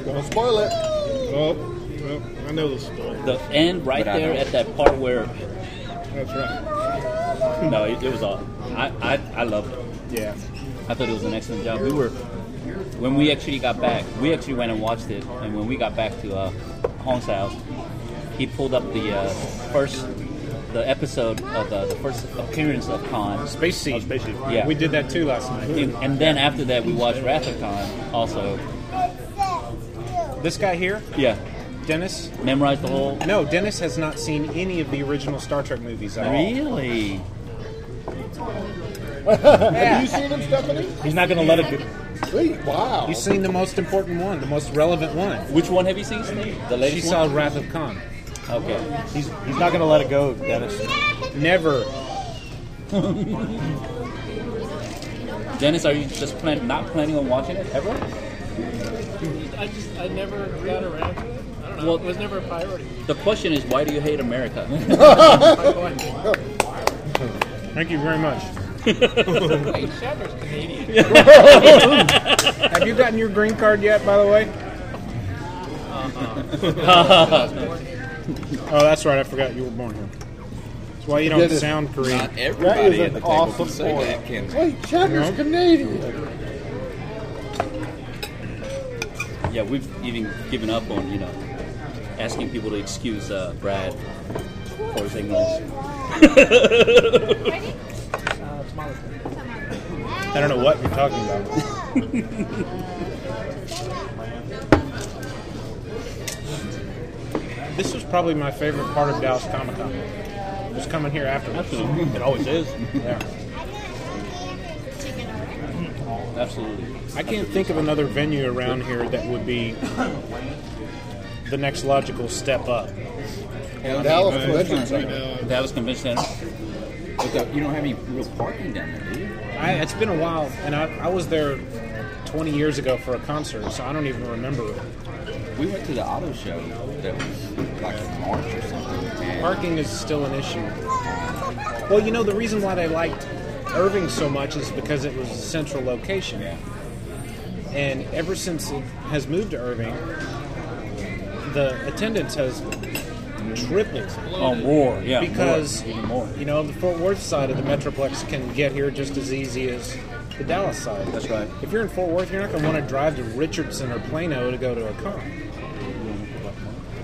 Speaker 15: Don't spoil it.
Speaker 3: Oh, well, I know the story.
Speaker 28: The end right
Speaker 3: But I
Speaker 28: there
Speaker 3: don't.
Speaker 28: at that part where
Speaker 3: That's right.
Speaker 28: no, it, it was awesome. I, I I loved it.
Speaker 3: Yeah.
Speaker 28: I thought it was an excellent job. We were when we actually got back. We actually went and watched it, and when we got back to uh, Hong's house, he pulled up the uh, first. The episode of uh, the first appearance of Khan,
Speaker 3: Space Seed.
Speaker 28: Yeah,
Speaker 3: We did that too last night.
Speaker 28: And, and then after that, we watched Wrath of Khan also.
Speaker 3: This guy here,
Speaker 28: Yeah.
Speaker 3: Dennis.
Speaker 28: Memorized the whole.
Speaker 3: No, Dennis has not seen any of the original Star Trek movies at all. <laughs>
Speaker 28: Really?
Speaker 15: Have <laughs> you seen him, Stephanie?
Speaker 28: He's not going to let it go.
Speaker 15: Wait, wow.
Speaker 3: You've seen the most important one, the most relevant one.
Speaker 28: Which one have you seen, Steve? The
Speaker 3: She
Speaker 28: latest
Speaker 3: saw Wrath of Khan.
Speaker 28: Okay.
Speaker 3: He's, he's not going to let it go, Dennis. Never.
Speaker 28: Dennis, are you just plan- not planning on watching it ever?
Speaker 8: I just, I never got around to it. I don't know.
Speaker 28: Well-
Speaker 8: it was never a
Speaker 15: <laughs>
Speaker 28: <laughs>
Speaker 8: priority. <laughs>
Speaker 28: The question is, why do you hate
Speaker 3: <laughs>
Speaker 28: America? <laughs>
Speaker 3: Thank
Speaker 28: <laughs>
Speaker 3: you very much.
Speaker 8: Wait, Shatner's Canadian.
Speaker 3: Have you gotten your green card yet, by the way? oh, that's right. I forgot you were born here. That's why you don't
Speaker 15: That is-
Speaker 3: sound Korean.
Speaker 15: Not everybody That is at an the table can awesome say point. that, Ken. Wait, Shatner's Canadian.
Speaker 28: yeah, we've even given up on, you know, asking people to excuse uh, Brad for his ignorance.
Speaker 3: I don't know what you're talking
Speaker 15: <laughs>
Speaker 3: about. this was probably my favorite part of Dallas Comic Con. Was coming here afterwards.
Speaker 28: Absolutely.
Speaker 3: It always
Speaker 11: <laughs>
Speaker 3: is. Yeah.
Speaker 28: Absolutely.
Speaker 3: I can't think of another venue around here that would be the next logical step up.
Speaker 28: Dallas Convention Center.
Speaker 11: Without, you don't have any real parking down there, do you?
Speaker 3: I, it's been a while, and I, I was there 20 years ago for a concert, so I don't even remember.
Speaker 11: We went to the auto show that was like in March or something. and-
Speaker 3: Parking is still an issue. Well, you know, the reason why they liked Irving so much is because it was a central location. And ever since it has moved to Irving, the attendance has tripled.
Speaker 28: Oh, more, yeah, more,
Speaker 3: Because,
Speaker 28: even more.
Speaker 3: you know, the Fort Worth side of the Metroplex can get here just as easy as the Dallas side. That's right. If you're in Fort Worth, you're not going to want to drive to Richardson or Plano to go to a con.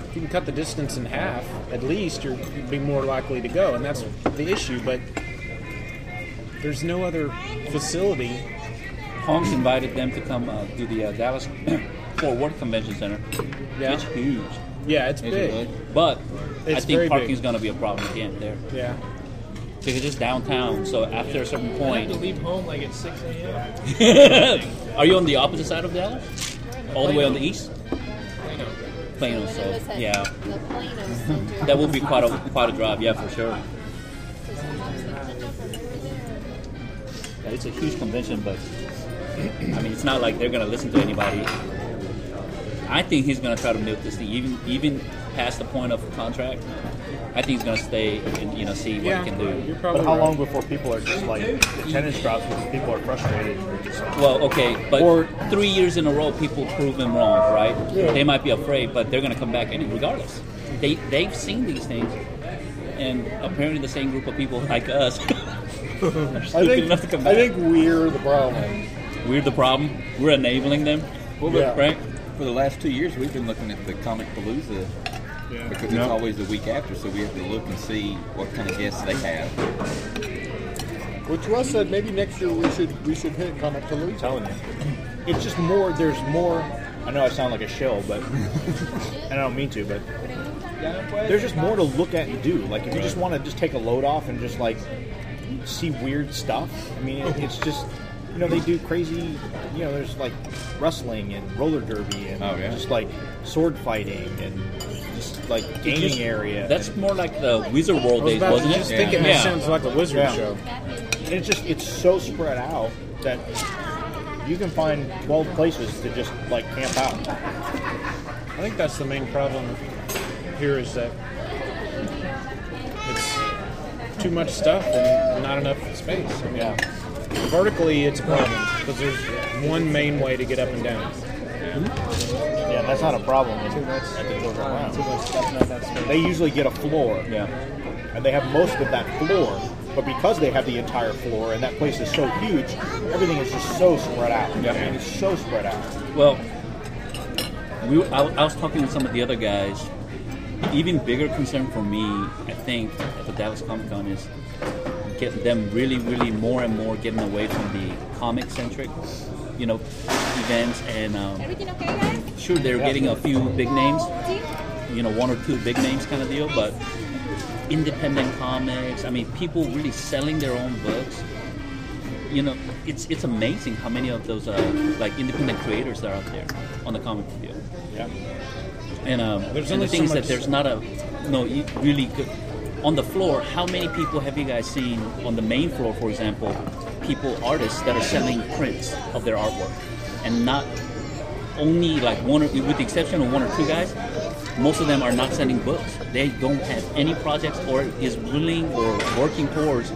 Speaker 3: If you can cut the distance in half, at least you're, you'd be more likely to go, and that's the issue. But there's no other facility.
Speaker 28: Holmes invited them to come uh, to the uh, Dallas <clears throat> Fort Worth Convention Center.
Speaker 3: Yeah.
Speaker 28: It's huge.
Speaker 3: Yeah, it's big.
Speaker 28: But I
Speaker 3: It's very
Speaker 28: think
Speaker 3: big.
Speaker 28: parking's going to be a problem again there.
Speaker 3: Yeah.
Speaker 28: Because it's downtown, so after a certain
Speaker 8: I have to
Speaker 28: point. <laughs>
Speaker 8: leave home like at 6 a.m.
Speaker 28: Are you on the opposite side of Dallas? All the way on the east?
Speaker 8: Plano.
Speaker 28: <laughs> Plano, so
Speaker 8: Plano.
Speaker 28: yeah.
Speaker 8: The Plano Center.
Speaker 28: That would be quite a quite a drive, yeah, for sure.
Speaker 25: Uh,
Speaker 28: Yeah, it's a huge convention, but I mean, it's not like they're gonna listen to anybody. I think he's gonna try to milk this thing, even even past the point of contract. I think he's gonna stay and you know see what he can do.
Speaker 12: but how long before people are just like attendance drops because people are frustrated? and they're just like-
Speaker 28: Well, okay, but three years in a row, people prove him wrong, right?
Speaker 12: Yeah.
Speaker 28: They might be afraid, but they're going to come back any regardless. They they've seen these things, and apparently the same group of people like us. <laughs> are
Speaker 30: I
Speaker 28: stupid
Speaker 30: think
Speaker 28: enough to come
Speaker 30: I
Speaker 28: back.
Speaker 30: think we're the problem.
Speaker 28: We're the problem. We're enabling them.
Speaker 11: Well, but
Speaker 28: Right?
Speaker 11: For the last two years, we've been looking at the Comic Palooza because it's
Speaker 28: Yeah.
Speaker 11: always the week after, so we have to look and see what kind of guests they have.
Speaker 30: Which Russ said maybe next year we should we should hit Comic Palooza.
Speaker 12: telling you, <clears throat> it's just more. There's more. I know I sound like a shill, but <laughs> and I don't mean to, but there's just more to look at and do. Like if you just want to just take a load off and just like see weird stuff. I mean, it, it's just you know they do crazy. You know, there's like wrestling and roller derby and
Speaker 11: Oh, yeah.
Speaker 12: just like sword fighting and just like
Speaker 28: It
Speaker 12: gaming
Speaker 28: just-
Speaker 12: area.
Speaker 28: That's more like the Wizard World days, wasn't it?
Speaker 12: Just thinking that sounds like a wizard show. And it's just it's so spread out that you can find twelve places to just like camp out.
Speaker 3: I think that's the main problem here is that it's too much stuff and not enough space. I mean, Vertically, it's a problem because there's one main way to get up and down.
Speaker 12: Yeah, that's not a problem. It's- I think those are around. They usually get a floor. Yeah. And they have most of that floor. But because they have the entire floor and that place is so huge, everything is just so spread out.
Speaker 28: Yeah.
Speaker 12: And it's so spread out.
Speaker 28: Well, we, I, I was talking to some of the other guys. Even bigger concern for me, I think, at the Dallas Comic Con is getting them really, really more and more getting away from the comic centric, you know, events. And um,
Speaker 8: Everything okay, guys?
Speaker 28: sure, they're
Speaker 8: Yeah.
Speaker 28: getting a few big names, you know, one or two big names kind of deal, but independent comics. I mean, people really selling their own books. You know, it's it's amazing how many of those uh, like independent creators are out there on the comic field.
Speaker 12: Yeah.
Speaker 28: And um,
Speaker 3: There's
Speaker 28: and
Speaker 3: only
Speaker 28: the thing is
Speaker 3: so
Speaker 28: that
Speaker 3: much-
Speaker 28: there's not a no you- really good on the floor. How many people have you guys seen on the main floor, for example? People, artists that are selling prints of their artwork, and not only like one, or, with the exception of one or two guys, most of them are not sending books. They don't have any projects or is willing or working towards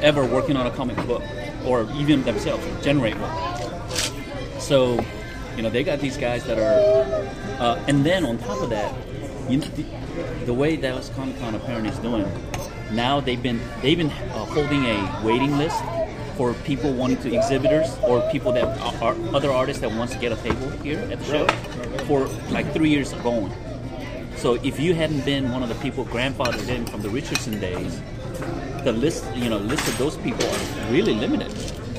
Speaker 28: ever working on a comic book or even themselves generate one. So, you know, they got these guys that are, uh, and then on top of that, you know, the, the way Dallas Comic Con apparently is doing, now they've been they've been uh, holding a waiting list for people wanting to exhibitors or people that are, are other artists that wants to get a table here at the show for like three years going. So if you hadn't been one of the people grandfathered in from the Richardson days, the list you know list of those people are really limited.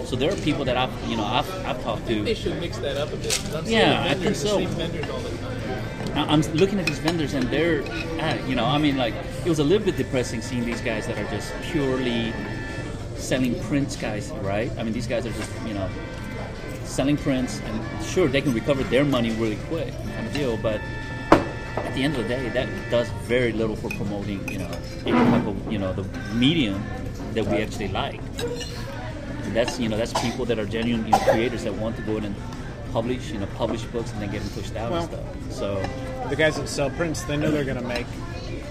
Speaker 28: So there are people that I've you know I've, I've talked to.
Speaker 8: They should mix that up a bit. 'cause I'm seeing
Speaker 28: Yeah, I
Speaker 8: vendors,
Speaker 28: think so.
Speaker 8: same vendors all the time.
Speaker 28: I- I'm looking at these vendors and they're, ah, you know, I mean, like, it was a little bit depressing seeing these guys that are just purely selling prints, guys, right? I mean, these guys are just, you know, selling prints and sure, they can recover their money really quick, kind of deal, but at at the end of the day, that does very little for promoting, you know, any type of, you know, the medium that we actually like. And that's, you know, that's people that are genuine you know, creators that want to go in and publish, you know, publish books and then get them pushed out
Speaker 3: Well,
Speaker 28: and stuff. So
Speaker 3: the guys that sell prints, they know they're going to make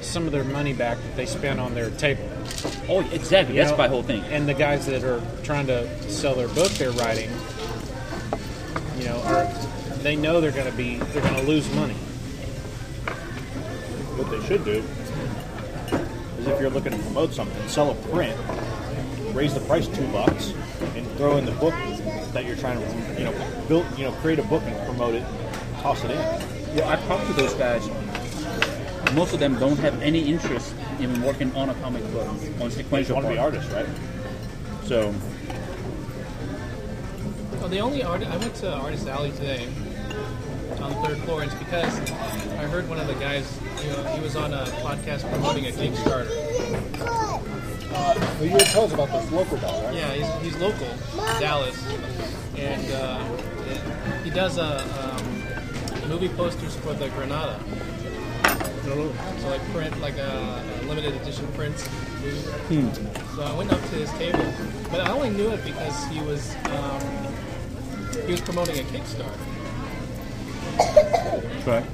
Speaker 3: some of their money back that they spent on their table.
Speaker 28: Oh, exactly. That's my whole thing.
Speaker 3: And the guys that are trying to sell their book they're writing, you know, are, they know they're going to be they're going to lose money.
Speaker 12: What they should do is if you're looking to promote something, sell a print, raise the price two bucks, and throw in the book that you're trying to, you know, build, you know, create a book and promote it, toss it in.
Speaker 28: Yeah, I talked to those guys. most of them don't have any interest in working on a comic book on sequential.
Speaker 12: wanna be
Speaker 28: artists,
Speaker 12: right?
Speaker 28: So <laughs>
Speaker 8: Well, the only art I went to Artist Alley today on the third floor. It's because I heard one of the guys. You know, he was on a podcast promoting a Kickstarter.
Speaker 30: Uh, well, you would tell us about this local guy, right?
Speaker 8: Yeah, he's, he's local, Dallas, and uh, he does uh, um, movie posters for the Granada. So like print, like a limited edition prints.
Speaker 28: Hmm.
Speaker 8: So I went up to his table, but I only knew it because he was um, he was promoting a Kickstarter.
Speaker 28: right.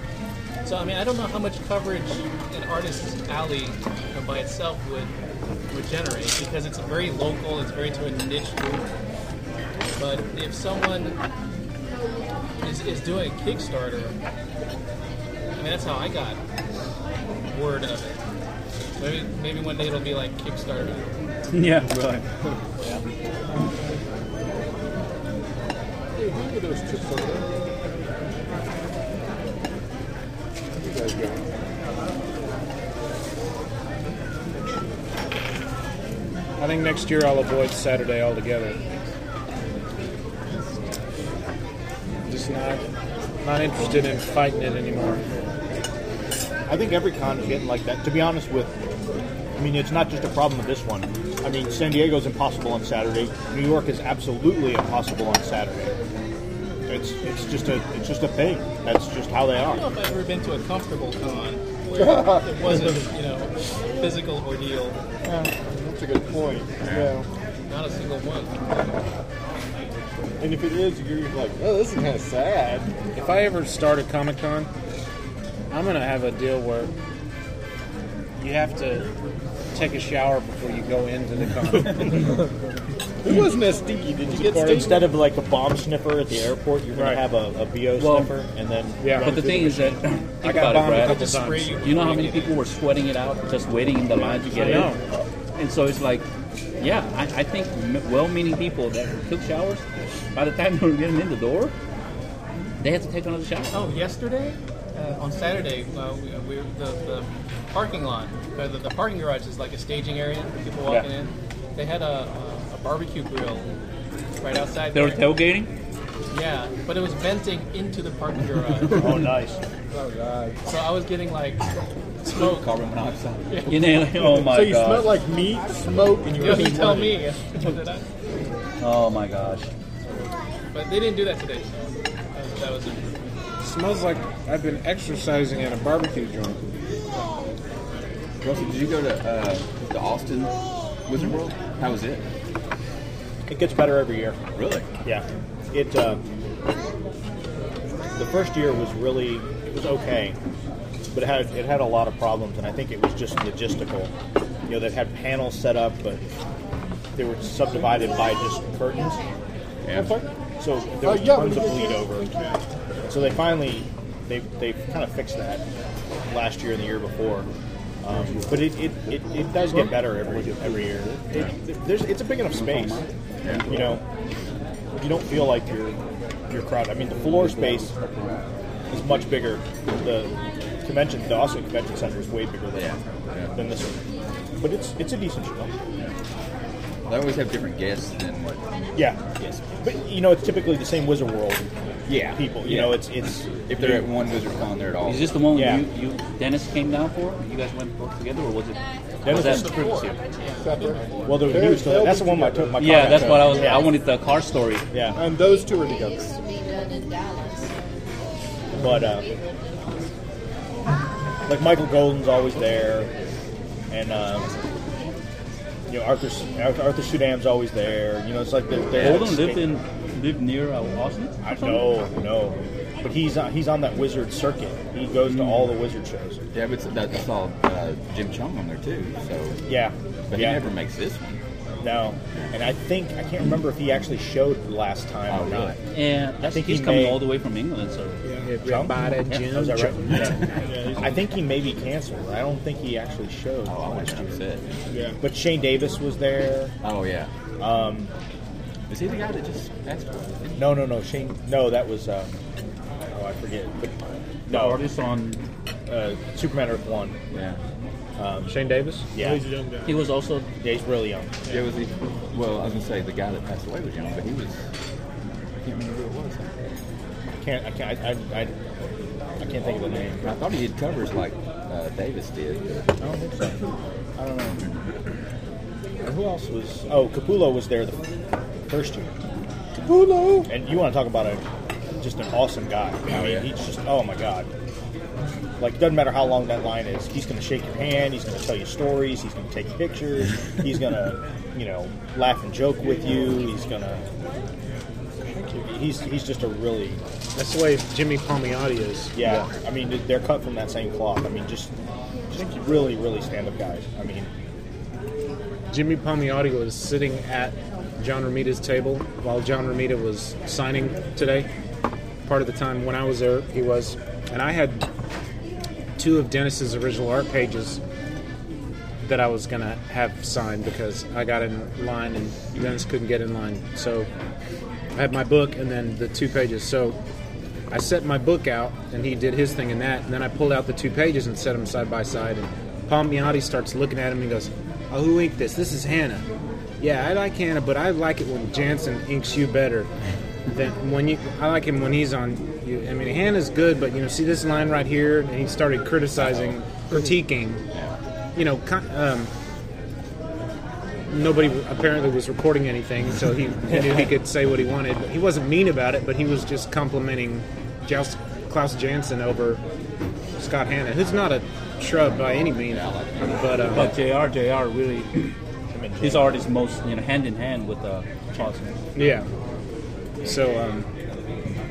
Speaker 8: So I mean, I don't know how much coverage an artist's alley you know, by itself would would generate because it's very local. It's very to a niche group. But if someone is, is doing a Kickstarter, I mean, that's how I got word of it. Maybe maybe one day it'll be like Kickstarter.
Speaker 28: Yeah, right.
Speaker 30: Hey, who are those chips over there? You guys go.
Speaker 3: I think next year I'll avoid Saturday altogether. Just not not interested in fighting it anymore.
Speaker 12: I think every con is getting like that. To be honest with, I mean, it's not just a problem with this one. I mean, San Diego's impossible on Saturday. New York is absolutely impossible on Saturday. It's it's just a it's just a thing. That's just how they
Speaker 8: I don't
Speaker 12: are.
Speaker 8: know if I've ever been to a comfortable con where it wasn't, you know, physical ordeal.
Speaker 30: That's a good point. Yeah.
Speaker 8: Not a single one.
Speaker 30: And if it is, you're like, oh, this is kind of sad.
Speaker 3: If I ever start a Comic Con, I'm gonna have a deal where you have to take a shower before you go into
Speaker 30: <laughs>
Speaker 3: the con.
Speaker 12: It wasn't as stinky. Did you get
Speaker 3: Or
Speaker 12: stinky? Instead of like a bomb sniffer at the airport, you're gonna have a, a bo
Speaker 28: Well,
Speaker 12: sniffer and then
Speaker 28: Yeah,
Speaker 12: run
Speaker 28: but the
Speaker 12: through
Speaker 28: thing is that
Speaker 12: machine.
Speaker 28: think about it, Brad. You know how many people were sweating it out, just waiting in the line to get
Speaker 12: I know.
Speaker 28: in. And so it's like, yeah, I, I think m- well-meaning people that took showers, by the time they were getting in the door, they had to take another shower.
Speaker 8: Oh, yesterday, uh, on Saturday, uh, we, we, the, the parking lot, uh, the, the parking garage is like a staging area for people walking
Speaker 28: Yeah.
Speaker 8: in. They had a, a, a barbecue grill right outside.
Speaker 28: They were
Speaker 8: there.
Speaker 28: tailgating.
Speaker 8: Yeah, but it was venting into the parking garage.
Speaker 28: Oh, nice.
Speaker 8: Oh, God. So I was getting like smoke.
Speaker 11: Carbon monoxide.
Speaker 8: Yeah.
Speaker 28: You
Speaker 12: <laughs>
Speaker 28: know, oh my
Speaker 30: So you
Speaker 28: god.
Speaker 30: smelled like meat, smoke, and you
Speaker 8: Yeah,
Speaker 30: were
Speaker 8: you
Speaker 30: just
Speaker 8: tell
Speaker 30: wondering.
Speaker 8: me. Did I?
Speaker 28: Oh my gosh.
Speaker 8: <laughs> But they didn't do that today. So that, that was it.
Speaker 3: smells like I've been exercising at a barbecue joint.
Speaker 11: Russell, did you go to uh, the Austin Wizard World? How was it?
Speaker 12: It gets better every year.
Speaker 11: Really?
Speaker 12: Yeah. It uh, the first year was really it was okay, but it had it had a lot of problems, and I think it was just logistical. You know, they had panels set up, but they were subdivided by just curtains.
Speaker 11: Yeah.
Speaker 12: So there
Speaker 8: Uh,
Speaker 30: Oh,
Speaker 12: was
Speaker 30: yeah,
Speaker 12: tons
Speaker 30: we
Speaker 12: of
Speaker 30: did
Speaker 12: bleed
Speaker 30: that.
Speaker 12: over. So they finally they they kind of fixed that last year and the year before. Um, but it, it, it, it does get better every every year. It, there's it's a big enough space. You know, you don't feel like you're you're crowded. I mean, the floor space is much bigger. The convention, the Austin Convention Center, is way bigger than, than this one. But it's it's a decent show.
Speaker 11: They always have different guests than what.
Speaker 12: Yeah. Yes. But you know, it's typically the same Wizard World.
Speaker 11: Yeah.
Speaker 12: People. You
Speaker 11: Yeah.
Speaker 12: know, it's it's
Speaker 11: If they're at one Wizard Con, they're at all.
Speaker 28: Is this the one
Speaker 12: Yeah.
Speaker 28: you, you Dennis came down for? You guys went both together, or was it? was
Speaker 12: Dennis
Speaker 28: that
Speaker 12: was
Speaker 28: the
Speaker 12: the
Speaker 28: previous year?
Speaker 12: Well, there was you still. That's the one I took my.
Speaker 28: yeah,
Speaker 12: car
Speaker 28: that's
Speaker 12: back
Speaker 28: what I
Speaker 12: to.
Speaker 28: was.
Speaker 12: Yeah.
Speaker 28: I wanted the car story.
Speaker 12: Yeah,
Speaker 30: And those two are together.
Speaker 12: but uh, like Michael Golden's always there, and um, you know Arthur Arthur, Arthur Sudam's always there. You know, it's like they're, they're
Speaker 28: Golden lived in lived near uh, Austin.
Speaker 12: I no, no. But he's on, he's on that wizard circuit. He goes to all the wizard shows.
Speaker 11: Yeah, but that's all uh, Jim Chung on there too. So
Speaker 12: Yeah,
Speaker 11: but
Speaker 12: yeah.
Speaker 11: he never makes this one.
Speaker 12: No, and I think I can't remember if he actually showed the last time
Speaker 11: Oh,
Speaker 12: or not.
Speaker 28: Yeah, that's,
Speaker 12: Oh, I think
Speaker 28: he's
Speaker 12: he
Speaker 28: coming
Speaker 12: may-
Speaker 28: all the way from England, so
Speaker 12: Chung? Yeah,
Speaker 28: Jim
Speaker 12: is that right?
Speaker 28: Chung.
Speaker 12: Yeah. I think he may be canceled. I don't think he actually showed. Oh, I upset. Yeah. But Shane Davis was there.
Speaker 11: Oh yeah.
Speaker 12: Um,
Speaker 11: Is he the guy that just passed away?
Speaker 12: no, no, no. Shane. No, that was. Um, oh, I forget. But, no,
Speaker 28: artist on
Speaker 12: uh, Superman Earth One.
Speaker 11: Yeah.
Speaker 12: Um,
Speaker 31: Shane Davis.
Speaker 12: Yeah, he's a young guy. He was
Speaker 28: also.
Speaker 12: Yeah, he's really young.
Speaker 11: Yeah, was he? Well, I was gonna say the guy that passed away was young, but he was. I can't remember who it was. I
Speaker 12: can't. I can't. I. I, I, I can't think of the name.
Speaker 11: I thought he did covers like uh, Davis did. But...
Speaker 12: I don't think so. I don't know. Who else was? Oh, Capullo was there the first year. Capullo. And you want to talk about a just an awesome guy? I mean, he's just oh my god. Like it doesn't matter how long that line is, he's going to shake your hand. He's going to tell you stories. He's going to take pictures. he's going to, <laughs> you know, laugh and joke with you. He's going to. He's he's just a really
Speaker 3: That's the way Jimmy Palmiotti is.
Speaker 12: yeah, I mean, they're cut from that same cloth. I mean, just, just really, really stand up guys. I mean,
Speaker 3: Jimmy Palmiotti was sitting at John Ramita's table while John Ramita was signing today. Part of the time when I was there, he was, and I had two of Dennis's original art pages that I was gonna have signed because I got in line and Dennis couldn't get in line. So I had my book and then the two pages. So I set my book out and he did his thing in that, and then I pulled out the two pages and set them side by side. And Palmiotti starts looking at him and goes, "Oh, who inked this? This is Hannah. Yeah, I like Hannah, but I like it when Jansen inks you better." than when you, I like him when he's on. You, I mean, Hannah's good, but you know, see this line right here, and he started criticizing, critiquing you know, con- um, nobody apparently was recording anything, so he, he knew he could say what he wanted. He wasn't mean about it, but he was just complimenting Joust, Klaus Jansen over Scott Hanna, who's not a shrub by any means. But, um,
Speaker 28: but Jr. Jr. really, his art is most you know hand in hand with uh, Charleston.
Speaker 3: Yeah. So, um,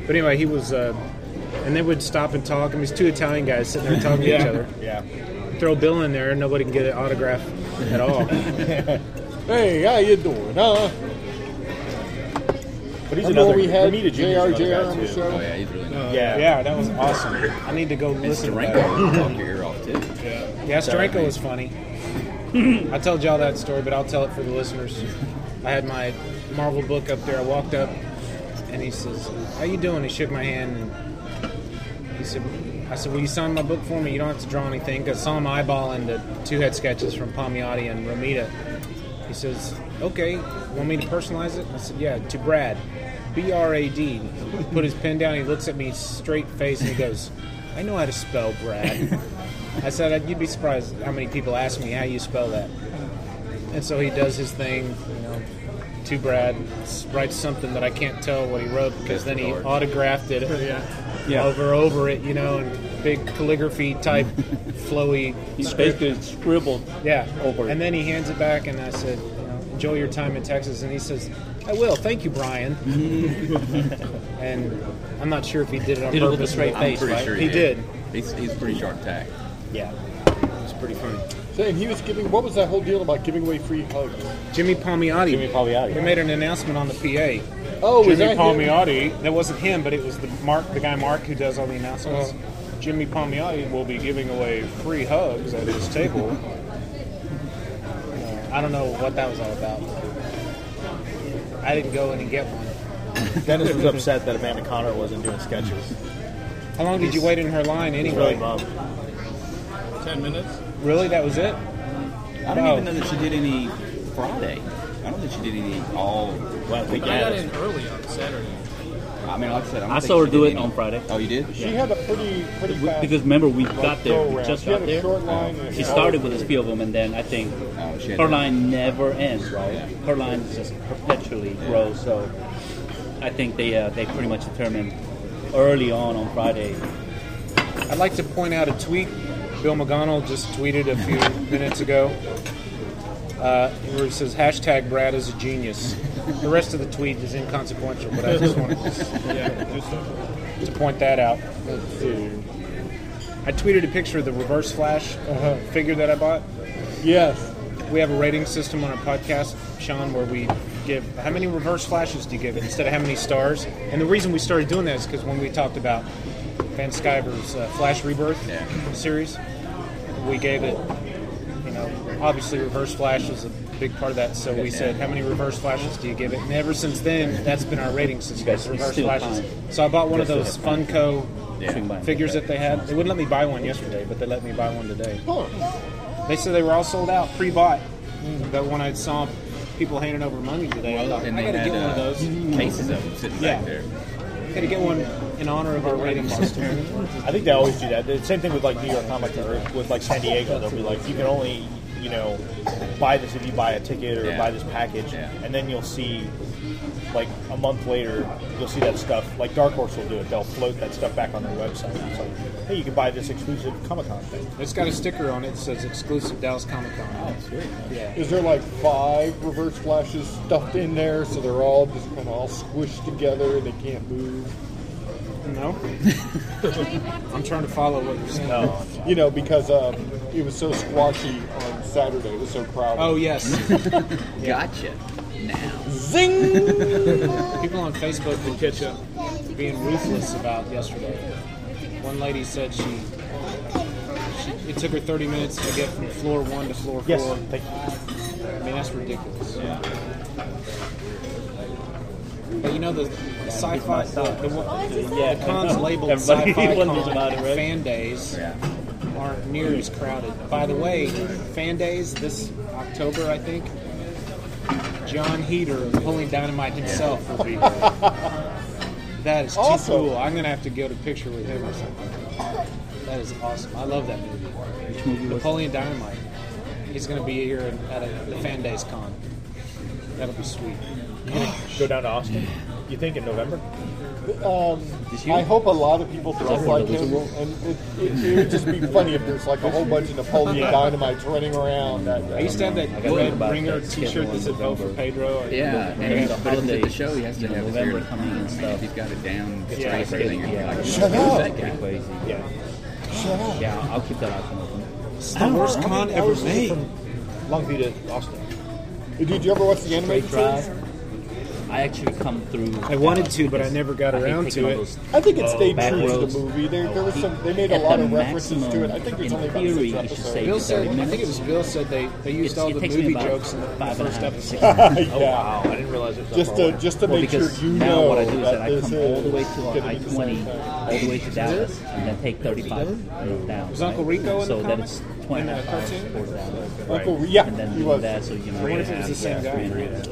Speaker 3: but anyway, he was, uh, and they would stop and talk. I mean, it's two Italian guys sitting there talking
Speaker 28: <laughs>
Speaker 3: to
Speaker 12: Yeah.
Speaker 3: each other.
Speaker 12: Yeah.
Speaker 3: Throw Bill in there, and nobody can get an autograph
Speaker 28: <laughs>
Speaker 3: at all.
Speaker 30: hey, how you doing, huh?
Speaker 12: But he's
Speaker 30: Remember
Speaker 12: another.
Speaker 30: we had
Speaker 12: Ramita Junior's another
Speaker 30: JR
Speaker 12: guy,
Speaker 30: on the
Speaker 12: too.
Speaker 11: Oh,
Speaker 30: show?
Speaker 3: yeah, Uh, yeah, that was awesome. I need to go listen. to
Speaker 11: Steranko
Speaker 3: that.
Speaker 11: will talk your ear off too.
Speaker 3: Yeah, yeah Steranko was funny. <laughs> I told y'all that story, but I'll tell it for the listeners. I had my Marvel book up there. I walked up, and he says, "How you doing?" He shook my hand, and he said, "I said, will you sign my book for me? You don't have to draw anything." 'Cause I saw him eyeballing the two head sketches from Palmiotti and Ramita. He says, "Okay, want me to personalize it?" I said, "Yeah, to Brad, B R A D." He Put his pen down. He looks at me straight face, and he goes, "I know how to spell Brad." I said, "You'd be surprised how many people ask me how you spell that." And so he does his thing, you know, to Brad, s- writes something that I can't tell what he wrote because then he autographed it
Speaker 28: Yeah.
Speaker 3: over over it, you know, and big calligraphy
Speaker 11: <laughs>
Speaker 3: type, flowy.
Speaker 28: He
Speaker 3: script.
Speaker 28: basically scribbled.
Speaker 3: Yeah.
Speaker 28: Over it.
Speaker 3: And then he hands it back, and I said, you know, enjoy your time in Texas. And he says, I will. Thank you, Brian. <laughs> and I'm not sure if he did it on
Speaker 11: Did it with a
Speaker 3: purpose.
Speaker 11: straight
Speaker 3: but-
Speaker 11: face, right?
Speaker 3: He did.
Speaker 11: He's, he's pretty sharp tack.
Speaker 3: Yeah. It's pretty funny.
Speaker 30: Saying he was giving. What was that whole deal about giving away free hugs?
Speaker 3: Jimmy Palmiotti.
Speaker 30: Jimmy Palmiotti.
Speaker 3: We made an announcement on the PA.
Speaker 30: Oh,
Speaker 3: Jimmy
Speaker 30: was that him?
Speaker 3: Palmiotti. That wasn't him, but it was the Mark, the guy Mark who does all the announcements. Jimmy Palmiotti will be giving away free hugs at his table. Uh, I don't know what that was all about. I didn't go in and get one.
Speaker 12: <laughs> Dennis was upset that Amanda Connor wasn't doing sketches.
Speaker 3: How long did you wait in her line
Speaker 12: He's
Speaker 3: anyway?
Speaker 12: really bummed.
Speaker 8: Ten minutes.
Speaker 3: Really? That was it?
Speaker 11: I don't
Speaker 3: Wow.
Speaker 11: even know that she did any Friday. I don't think she did any all. Well,
Speaker 8: I got in early on Saturday.
Speaker 11: I mean, like I said, I, don't
Speaker 28: I
Speaker 11: think
Speaker 28: saw
Speaker 11: she
Speaker 28: her
Speaker 11: did
Speaker 28: do it
Speaker 11: any-
Speaker 28: on Friday.
Speaker 11: Oh, you did?
Speaker 30: She had a pretty, pretty
Speaker 28: We-
Speaker 30: fast.
Speaker 28: Because remember, we
Speaker 30: like,
Speaker 28: got there. We
Speaker 30: go-around.
Speaker 28: just
Speaker 30: She had
Speaker 28: got
Speaker 30: a Oh,
Speaker 28: there.
Speaker 30: short line and
Speaker 28: She
Speaker 30: she
Speaker 28: started
Speaker 30: always-
Speaker 28: with a few of them, and then I think
Speaker 11: she had
Speaker 28: her
Speaker 11: that.
Speaker 28: line never ends, right? Her line just perpetually grows. So I think they uh, they pretty much determined early on on Friday.
Speaker 3: I'd like to point out a tweet Bill McConnell just tweeted a few minutes ago uh, where it says hashtag Brad is a genius. The rest of the tweet is inconsequential, but I just wanted to, to point that out. I tweeted a picture of the Reverse Flash figure that I bought.
Speaker 15: Yes.
Speaker 3: We have a rating system on our podcast, Sean, where we give how many reverse flashes do you give it instead of how many stars. And the reason we started doing that is because when we talked about Van Skyver's uh, Flash Rebirth series, we gave it, you know, obviously Reverse Flash was a big part of that. So we
Speaker 31: Yeah.
Speaker 3: said, how many reverse flashes do you give it? And ever since then, that's been our rating system,
Speaker 31: guys-
Speaker 3: is
Speaker 31: you
Speaker 3: reverse
Speaker 31: still
Speaker 3: flashes.
Speaker 31: find-
Speaker 3: So I bought one
Speaker 31: you
Speaker 3: of
Speaker 31: still
Speaker 3: those
Speaker 31: have find-
Speaker 3: Funko
Speaker 31: Yeah. Swing by.
Speaker 3: figures that they had. They wouldn't let me buy one yesterday, but they let me buy one today. They said they were all sold out, pre-bought. But when I saw people handing over money today, I thought,
Speaker 11: Mm. and
Speaker 3: I
Speaker 11: they
Speaker 3: gotta
Speaker 11: had,
Speaker 3: get one
Speaker 11: uh,
Speaker 3: of those.
Speaker 11: cases of them sitting
Speaker 3: yeah.
Speaker 11: back there.
Speaker 3: Gotta get one in honor of our rating system.
Speaker 12: I think they always do that. The same thing with like New York Comic Con or with like San Diego. They'll be like, you can only, you know, buy this if you buy a ticket or
Speaker 11: Yeah.
Speaker 12: buy this package, and then you'll see, like a month later, you'll see that stuff. Like Dark Horse will do it. They'll float that stuff back on their website. It's like, hey, you can buy this exclusive Comic Con thing.
Speaker 3: It's got a sticker on it that says exclusive Dallas Comic Con. Oh,
Speaker 12: sweet.
Speaker 3: Yeah.
Speaker 30: Is there like five reverse flashes stuffed in there so they're all just kind of all squished together? They can't move.
Speaker 3: No. I'm trying to follow what you're saying.
Speaker 30: No. You know, because um, it was so squashy on Saturday. It was so crowded.
Speaker 3: Oh, <laughs> yes.
Speaker 23: Uh-huh.
Speaker 11: Gotcha.
Speaker 3: Zing! <laughs> People on Facebook will catch up being ruthless about yesterday. One lady said she, she it took her 30 minutes to get from floor one to floor
Speaker 12: Yes,
Speaker 3: four.
Speaker 12: thank
Speaker 3: you. I mean, that's ridiculous. But you know the, the sci-fi, the, the, one-
Speaker 12: Yeah.
Speaker 3: the cons labeled
Speaker 12: Everybody <laughs>
Speaker 3: sci-fi
Speaker 12: wonders
Speaker 3: con
Speaker 12: about it,
Speaker 3: and
Speaker 12: right?
Speaker 3: fan days aren't near as crowded. By the way, fan days this October, I think. John Heater of Pulling Dynamite himself will
Speaker 8: <laughs>
Speaker 3: be there. That is too
Speaker 12: Awesome.
Speaker 3: cool. I'm gonna have to get a picture with him or something. That is awesome. I love that movie. Which
Speaker 28: movie was
Speaker 3: Napoleon Dynamite. He's gonna be here at a, the Fan Days con. That'll be sweet.
Speaker 12: Go down to Austin. You think in November?
Speaker 30: Um, I hope a lot of people dress like him, and it, it, it would just be funny if there's like a whole bunch of Napoleon
Speaker 3: Yeah.
Speaker 30: Dynamites running around. That day.
Speaker 3: I used to have that red ringer T-shirt that said "Vote for Pedro." or-
Speaker 11: November coming and stuff. He's got it down.
Speaker 3: Yeah, it's
Speaker 11: straight and everything.
Speaker 3: good,
Speaker 11: You're
Speaker 3: yeah.
Speaker 11: like,
Speaker 3: Shut
Speaker 11: who's
Speaker 3: up.
Speaker 11: that guy?
Speaker 28: Crazy.
Speaker 12: Yeah.
Speaker 30: Shut up.
Speaker 28: Yeah, I'll keep that option open.
Speaker 3: It's
Speaker 30: the worst con ever made.
Speaker 12: Longview to Austin.
Speaker 30: Did you ever watch the animated
Speaker 28: Drive.
Speaker 30: series?
Speaker 28: I actually come through.
Speaker 3: I wanted to, but I never got
Speaker 28: I hate
Speaker 3: around
Speaker 28: taking
Speaker 3: to
Speaker 28: all
Speaker 3: it.
Speaker 28: those
Speaker 30: I think it stayed
Speaker 28: back
Speaker 30: true to
Speaker 28: roads.
Speaker 30: the movie. There, there was some. They made a
Speaker 28: At
Speaker 30: lot
Speaker 28: the
Speaker 30: of references to it. I
Speaker 28: maximum,
Speaker 30: think there's
Speaker 28: in
Speaker 30: only about
Speaker 28: theory,
Speaker 30: six
Speaker 28: it should say
Speaker 3: Bill
Speaker 30: episodes.
Speaker 3: said, I think it was Bill said they, they used
Speaker 28: It's-
Speaker 3: all
Speaker 28: it
Speaker 3: the
Speaker 28: takes me
Speaker 3: movie
Speaker 28: about
Speaker 3: jokes in the
Speaker 28: five and a
Speaker 3: first
Speaker 28: half,
Speaker 3: episode.
Speaker 28: six
Speaker 3: <laughs>
Speaker 28: minutes.
Speaker 3: Oh wow! I didn't realize it was that
Speaker 30: Just
Speaker 3: far
Speaker 30: to
Speaker 3: away.
Speaker 30: just to
Speaker 28: well,
Speaker 30: make sure
Speaker 28: because
Speaker 30: you
Speaker 28: now
Speaker 30: know
Speaker 28: what I do is
Speaker 30: that
Speaker 28: that I
Speaker 30: this
Speaker 28: come
Speaker 30: is
Speaker 28: all the way to
Speaker 30: gonna be
Speaker 28: I
Speaker 30: the
Speaker 28: twenty,
Speaker 30: same thing.
Speaker 28: all the way to Dallas, and then take thirty five down.
Speaker 3: Was Uncle
Speaker 28: right?
Speaker 3: Rico in
Speaker 28: so
Speaker 3: the
Speaker 28: that
Speaker 3: comic?
Speaker 28: it's twenty
Speaker 3: In the
Speaker 28: five
Speaker 3: cartoon?
Speaker 30: Uncle- yeah,
Speaker 28: and then
Speaker 30: he
Speaker 28: do
Speaker 30: was.
Speaker 28: that, so you know,
Speaker 30: Three and a
Speaker 28: half,
Speaker 30: half, yeah,
Speaker 28: three and
Speaker 30: three
Speaker 28: a half.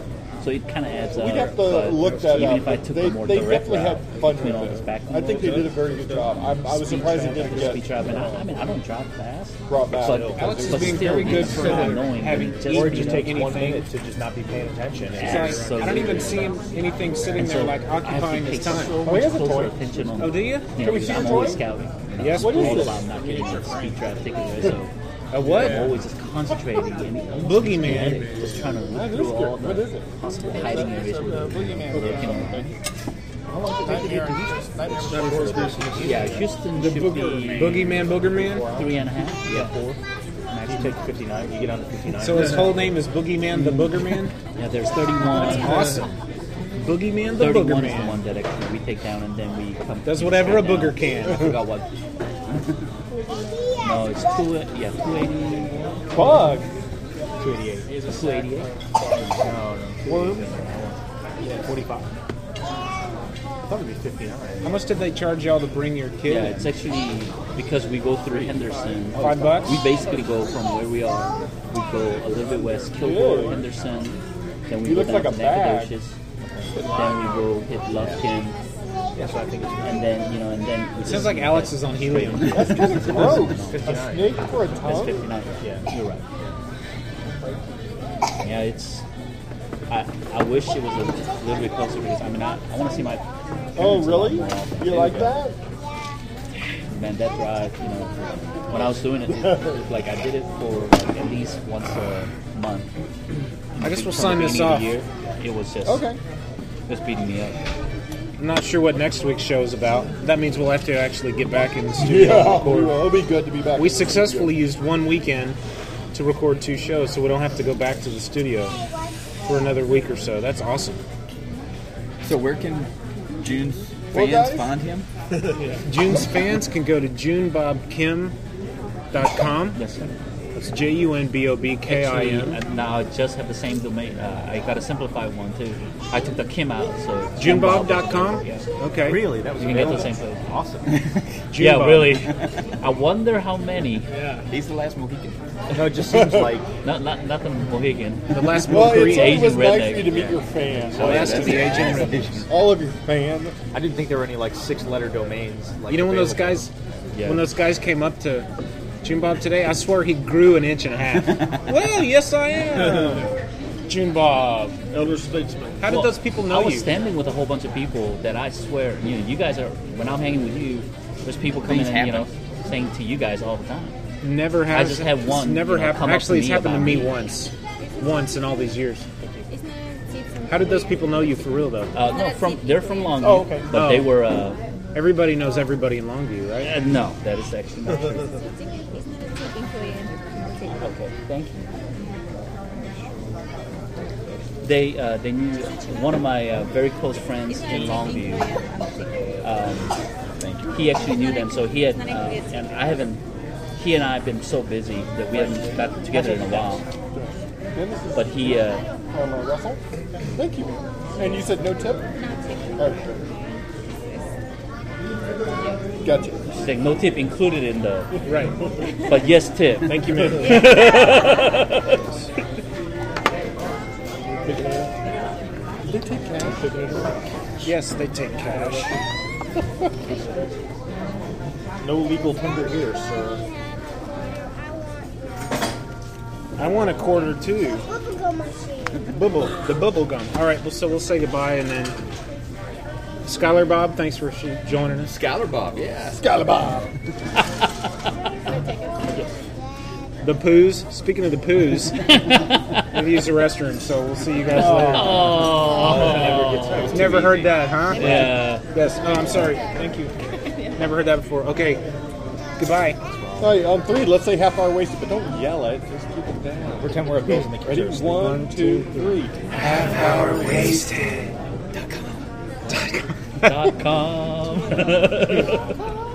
Speaker 28: So it kind of adds up.
Speaker 30: We'd have to
Speaker 28: but
Speaker 30: look that
Speaker 28: even
Speaker 30: up.
Speaker 28: if I took
Speaker 30: They-
Speaker 28: a more
Speaker 30: they
Speaker 28: direct
Speaker 30: definitely
Speaker 28: route
Speaker 30: had fun
Speaker 28: between
Speaker 30: with
Speaker 28: all
Speaker 30: it.
Speaker 28: this back and
Speaker 30: I think they
Speaker 28: forth,
Speaker 30: did a very good job. I'm- I was
Speaker 28: speed
Speaker 30: surprised they
Speaker 28: trap
Speaker 30: didn't
Speaker 28: after
Speaker 30: get
Speaker 28: speed trap, and I, I mean, I don't drop fast.
Speaker 30: Brought back.
Speaker 28: But,
Speaker 12: Alex is
Speaker 28: but
Speaker 12: being
Speaker 28: still,
Speaker 12: very good
Speaker 28: it's
Speaker 12: for
Speaker 28: not
Speaker 12: not
Speaker 28: knowing
Speaker 3: having
Speaker 28: that
Speaker 3: eaten
Speaker 12: or
Speaker 28: you
Speaker 12: just
Speaker 28: know,
Speaker 12: takes one
Speaker 3: anything.
Speaker 12: minute to just not be paying attention.
Speaker 3: It's like, I don't even see him anything sitting
Speaker 28: And
Speaker 3: there
Speaker 28: so
Speaker 3: like
Speaker 28: I have to
Speaker 3: occupying his
Speaker 28: pay
Speaker 3: time.
Speaker 28: so much closer attention on-
Speaker 3: Oh, do you?
Speaker 28: know, because I'm always scouting.
Speaker 3: Yes,
Speaker 28: What is
Speaker 3: please.
Speaker 28: this? I'm not getting that speed trap taken away. So
Speaker 3: A what?
Speaker 28: I'm always just concentrating. And
Speaker 3: Boogeyman.
Speaker 28: Just trying to look
Speaker 3: That is
Speaker 28: through
Speaker 3: good.
Speaker 28: all
Speaker 3: What is
Speaker 28: the possible hiding areas. where they can look. Yeah, Houston should be
Speaker 3: Boogeyman, Boogerman.
Speaker 28: three and a half. Yeah, four.
Speaker 12: You take 59. You get on to 59.
Speaker 3: So his whole name is Boogeyman the Boogerman.
Speaker 28: Yeah, there's 31.
Speaker 3: That's awesome. Boogeyman the
Speaker 28: 31 is the
Speaker 3: Boogerman.
Speaker 28: one that actually we take down and then we come.
Speaker 3: Does whatever a
Speaker 28: down.
Speaker 3: booger can.
Speaker 28: I forgot what. no, Oh, it's two. Yeah, 280.
Speaker 30: Bug.
Speaker 28: 288. 288.
Speaker 12: No, no. Yeah, 45. I thought it would be 59.
Speaker 3: How much did they charge y'all to bring your kid?
Speaker 28: Yeah, it's actually because we go through Henderson.
Speaker 3: Five bucks?
Speaker 28: We basically go from where we are. We go a little bit west, Kilgore, Henderson. Then we
Speaker 30: You
Speaker 28: go
Speaker 30: look
Speaker 28: down
Speaker 30: like a
Speaker 28: to
Speaker 30: bag.
Speaker 28: Nacogdoches. Then we go hit Lufkin. That's what I think. And then you know, and then we
Speaker 3: It
Speaker 28: just-
Speaker 3: sounds like Alex is on helium.
Speaker 28: <laughs> That's kinda gross. A
Speaker 3: 59.
Speaker 30: snake for a
Speaker 28: That's
Speaker 30: tongue?
Speaker 28: 59. Yeah, you're right. Yeah, it's. I, I wish it was a little bit closer because I mean I, I want to see my.
Speaker 30: Oh
Speaker 28: parents a lot
Speaker 30: really?
Speaker 28: more often.
Speaker 30: You like that?
Speaker 28: Bandette Drive. You know, when I was doing it, it- like I did it for like, at least once a month.
Speaker 3: I guess
Speaker 28: From
Speaker 3: we'll
Speaker 28: the
Speaker 3: sign this
Speaker 28: beginning of
Speaker 3: off.
Speaker 28: the year, it was just
Speaker 3: Okay.
Speaker 28: Just beating me up.
Speaker 3: I'm not sure what next week's show is about. That means we'll have to actually get back in the studio.
Speaker 30: Yeah,
Speaker 3: and record.
Speaker 30: we will. It'll be good to be back in
Speaker 3: We
Speaker 30: the studio.
Speaker 3: successfully used one weekend to record two shows, so we don't have to go back to the studio for another week or so. That's awesome.
Speaker 11: So where can June's
Speaker 3: Well,
Speaker 11: fans
Speaker 3: guys.
Speaker 11: find him?
Speaker 3: June's fans can go to junebobkim.com.
Speaker 28: Yes, sir.
Speaker 3: That's J U N E B O B K I
Speaker 28: Actually,
Speaker 3: M.
Speaker 28: uh, now I just have the same domain. Uh, I got a simplified one too. I took the Kim out, so
Speaker 3: Junebob.com?
Speaker 28: Yes.
Speaker 3: Okay. Really? That
Speaker 28: That
Speaker 3: was
Speaker 28: was you can get the
Speaker 3: available.
Speaker 28: same place.
Speaker 3: <laughs> Awesome.
Speaker 28: yeah,
Speaker 3: Junebob.
Speaker 28: really. I wonder how many.
Speaker 3: Yeah.
Speaker 11: He's the last Mohican.
Speaker 28: No, it just seems like not not not the Mohican.
Speaker 3: The last
Speaker 30: Well,
Speaker 28: Mohican.
Speaker 30: it's always
Speaker 28: Asian
Speaker 30: nice
Speaker 28: redneck.
Speaker 30: for you to meet
Speaker 28: Yeah.
Speaker 30: your fans.
Speaker 28: Oh, yeah, that's it.
Speaker 30: All of your fans.
Speaker 12: I didn't think there were any like six-letter domains. Like,
Speaker 3: you know when those
Speaker 12: available.
Speaker 3: guys when those guys came up to June Bob today, I swear he grew an inch and a half.
Speaker 28: <laughs>
Speaker 3: well, yes I am. June Bob.
Speaker 8: Elder statesman.
Speaker 3: How did
Speaker 28: Well,
Speaker 3: those people know
Speaker 28: I was
Speaker 3: you?
Speaker 28: standing with a whole bunch of people that I swear, you know, you guys are. When I'm hanging with you, there's people coming
Speaker 3: Things
Speaker 28: in, you know, saying to you guys all the time.
Speaker 3: Never
Speaker 28: I
Speaker 3: has
Speaker 28: just had
Speaker 3: it's
Speaker 28: one,
Speaker 3: Never
Speaker 28: you know,
Speaker 3: happened.
Speaker 28: come up to
Speaker 3: Actually, it's
Speaker 28: me
Speaker 3: happened to
Speaker 28: about
Speaker 3: me
Speaker 28: me.
Speaker 3: once, once in all these years. How did those people know you for real though?
Speaker 28: Uh, no, from they're from Longview,
Speaker 3: Oh, okay.
Speaker 28: but
Speaker 3: Oh.
Speaker 28: they were. Uh,
Speaker 3: Everybody knows everybody in Longview, right?
Speaker 28: Uh, no, that is actually not
Speaker 3: <laughs>
Speaker 28: true. <laughs> Okay, thank you. They uh, they knew one of my uh, very close friends in Longview. Um, he actually knew them, so he had uh, and I haven't. He and I have been so busy that we haven't gotten together in a while. But he uh,
Speaker 30: Farmer Russell. Thank you. And you said no tip? No tip. Gotcha.
Speaker 28: like no tip included in the
Speaker 3: right,
Speaker 28: but yes tip. <laughs>
Speaker 3: Thank you,
Speaker 28: man.
Speaker 30: They take cash.
Speaker 3: Yes, they take cash.
Speaker 12: No legal tender here, sir.
Speaker 3: I want a quarter too. Bubble, the bubble gum. All right, well, so we'll say goodbye and then. Skylar Bob, thanks for sh- joining us.
Speaker 11: Skylar Bob, yeah.
Speaker 30: Skylar Bob.
Speaker 3: the poos. Speaking of the poos, we've used the restroom, so we'll see you guys later.
Speaker 28: Oh.
Speaker 3: Never, heard that, huh?
Speaker 28: Yeah.
Speaker 3: Yes. Oh, I'm sorry. Thank you. Never heard that before. Okay. Goodbye.
Speaker 30: Hey, Oh, on three, let's say half hour wasted, but don't yell it. Just keep it down.
Speaker 12: Pretend we're at Bills in the
Speaker 30: Ready?
Speaker 12: Kitchen.
Speaker 30: One, two, three. Half hour
Speaker 28: Dot com.
Speaker 30: <laughs>
Speaker 28: <laughs>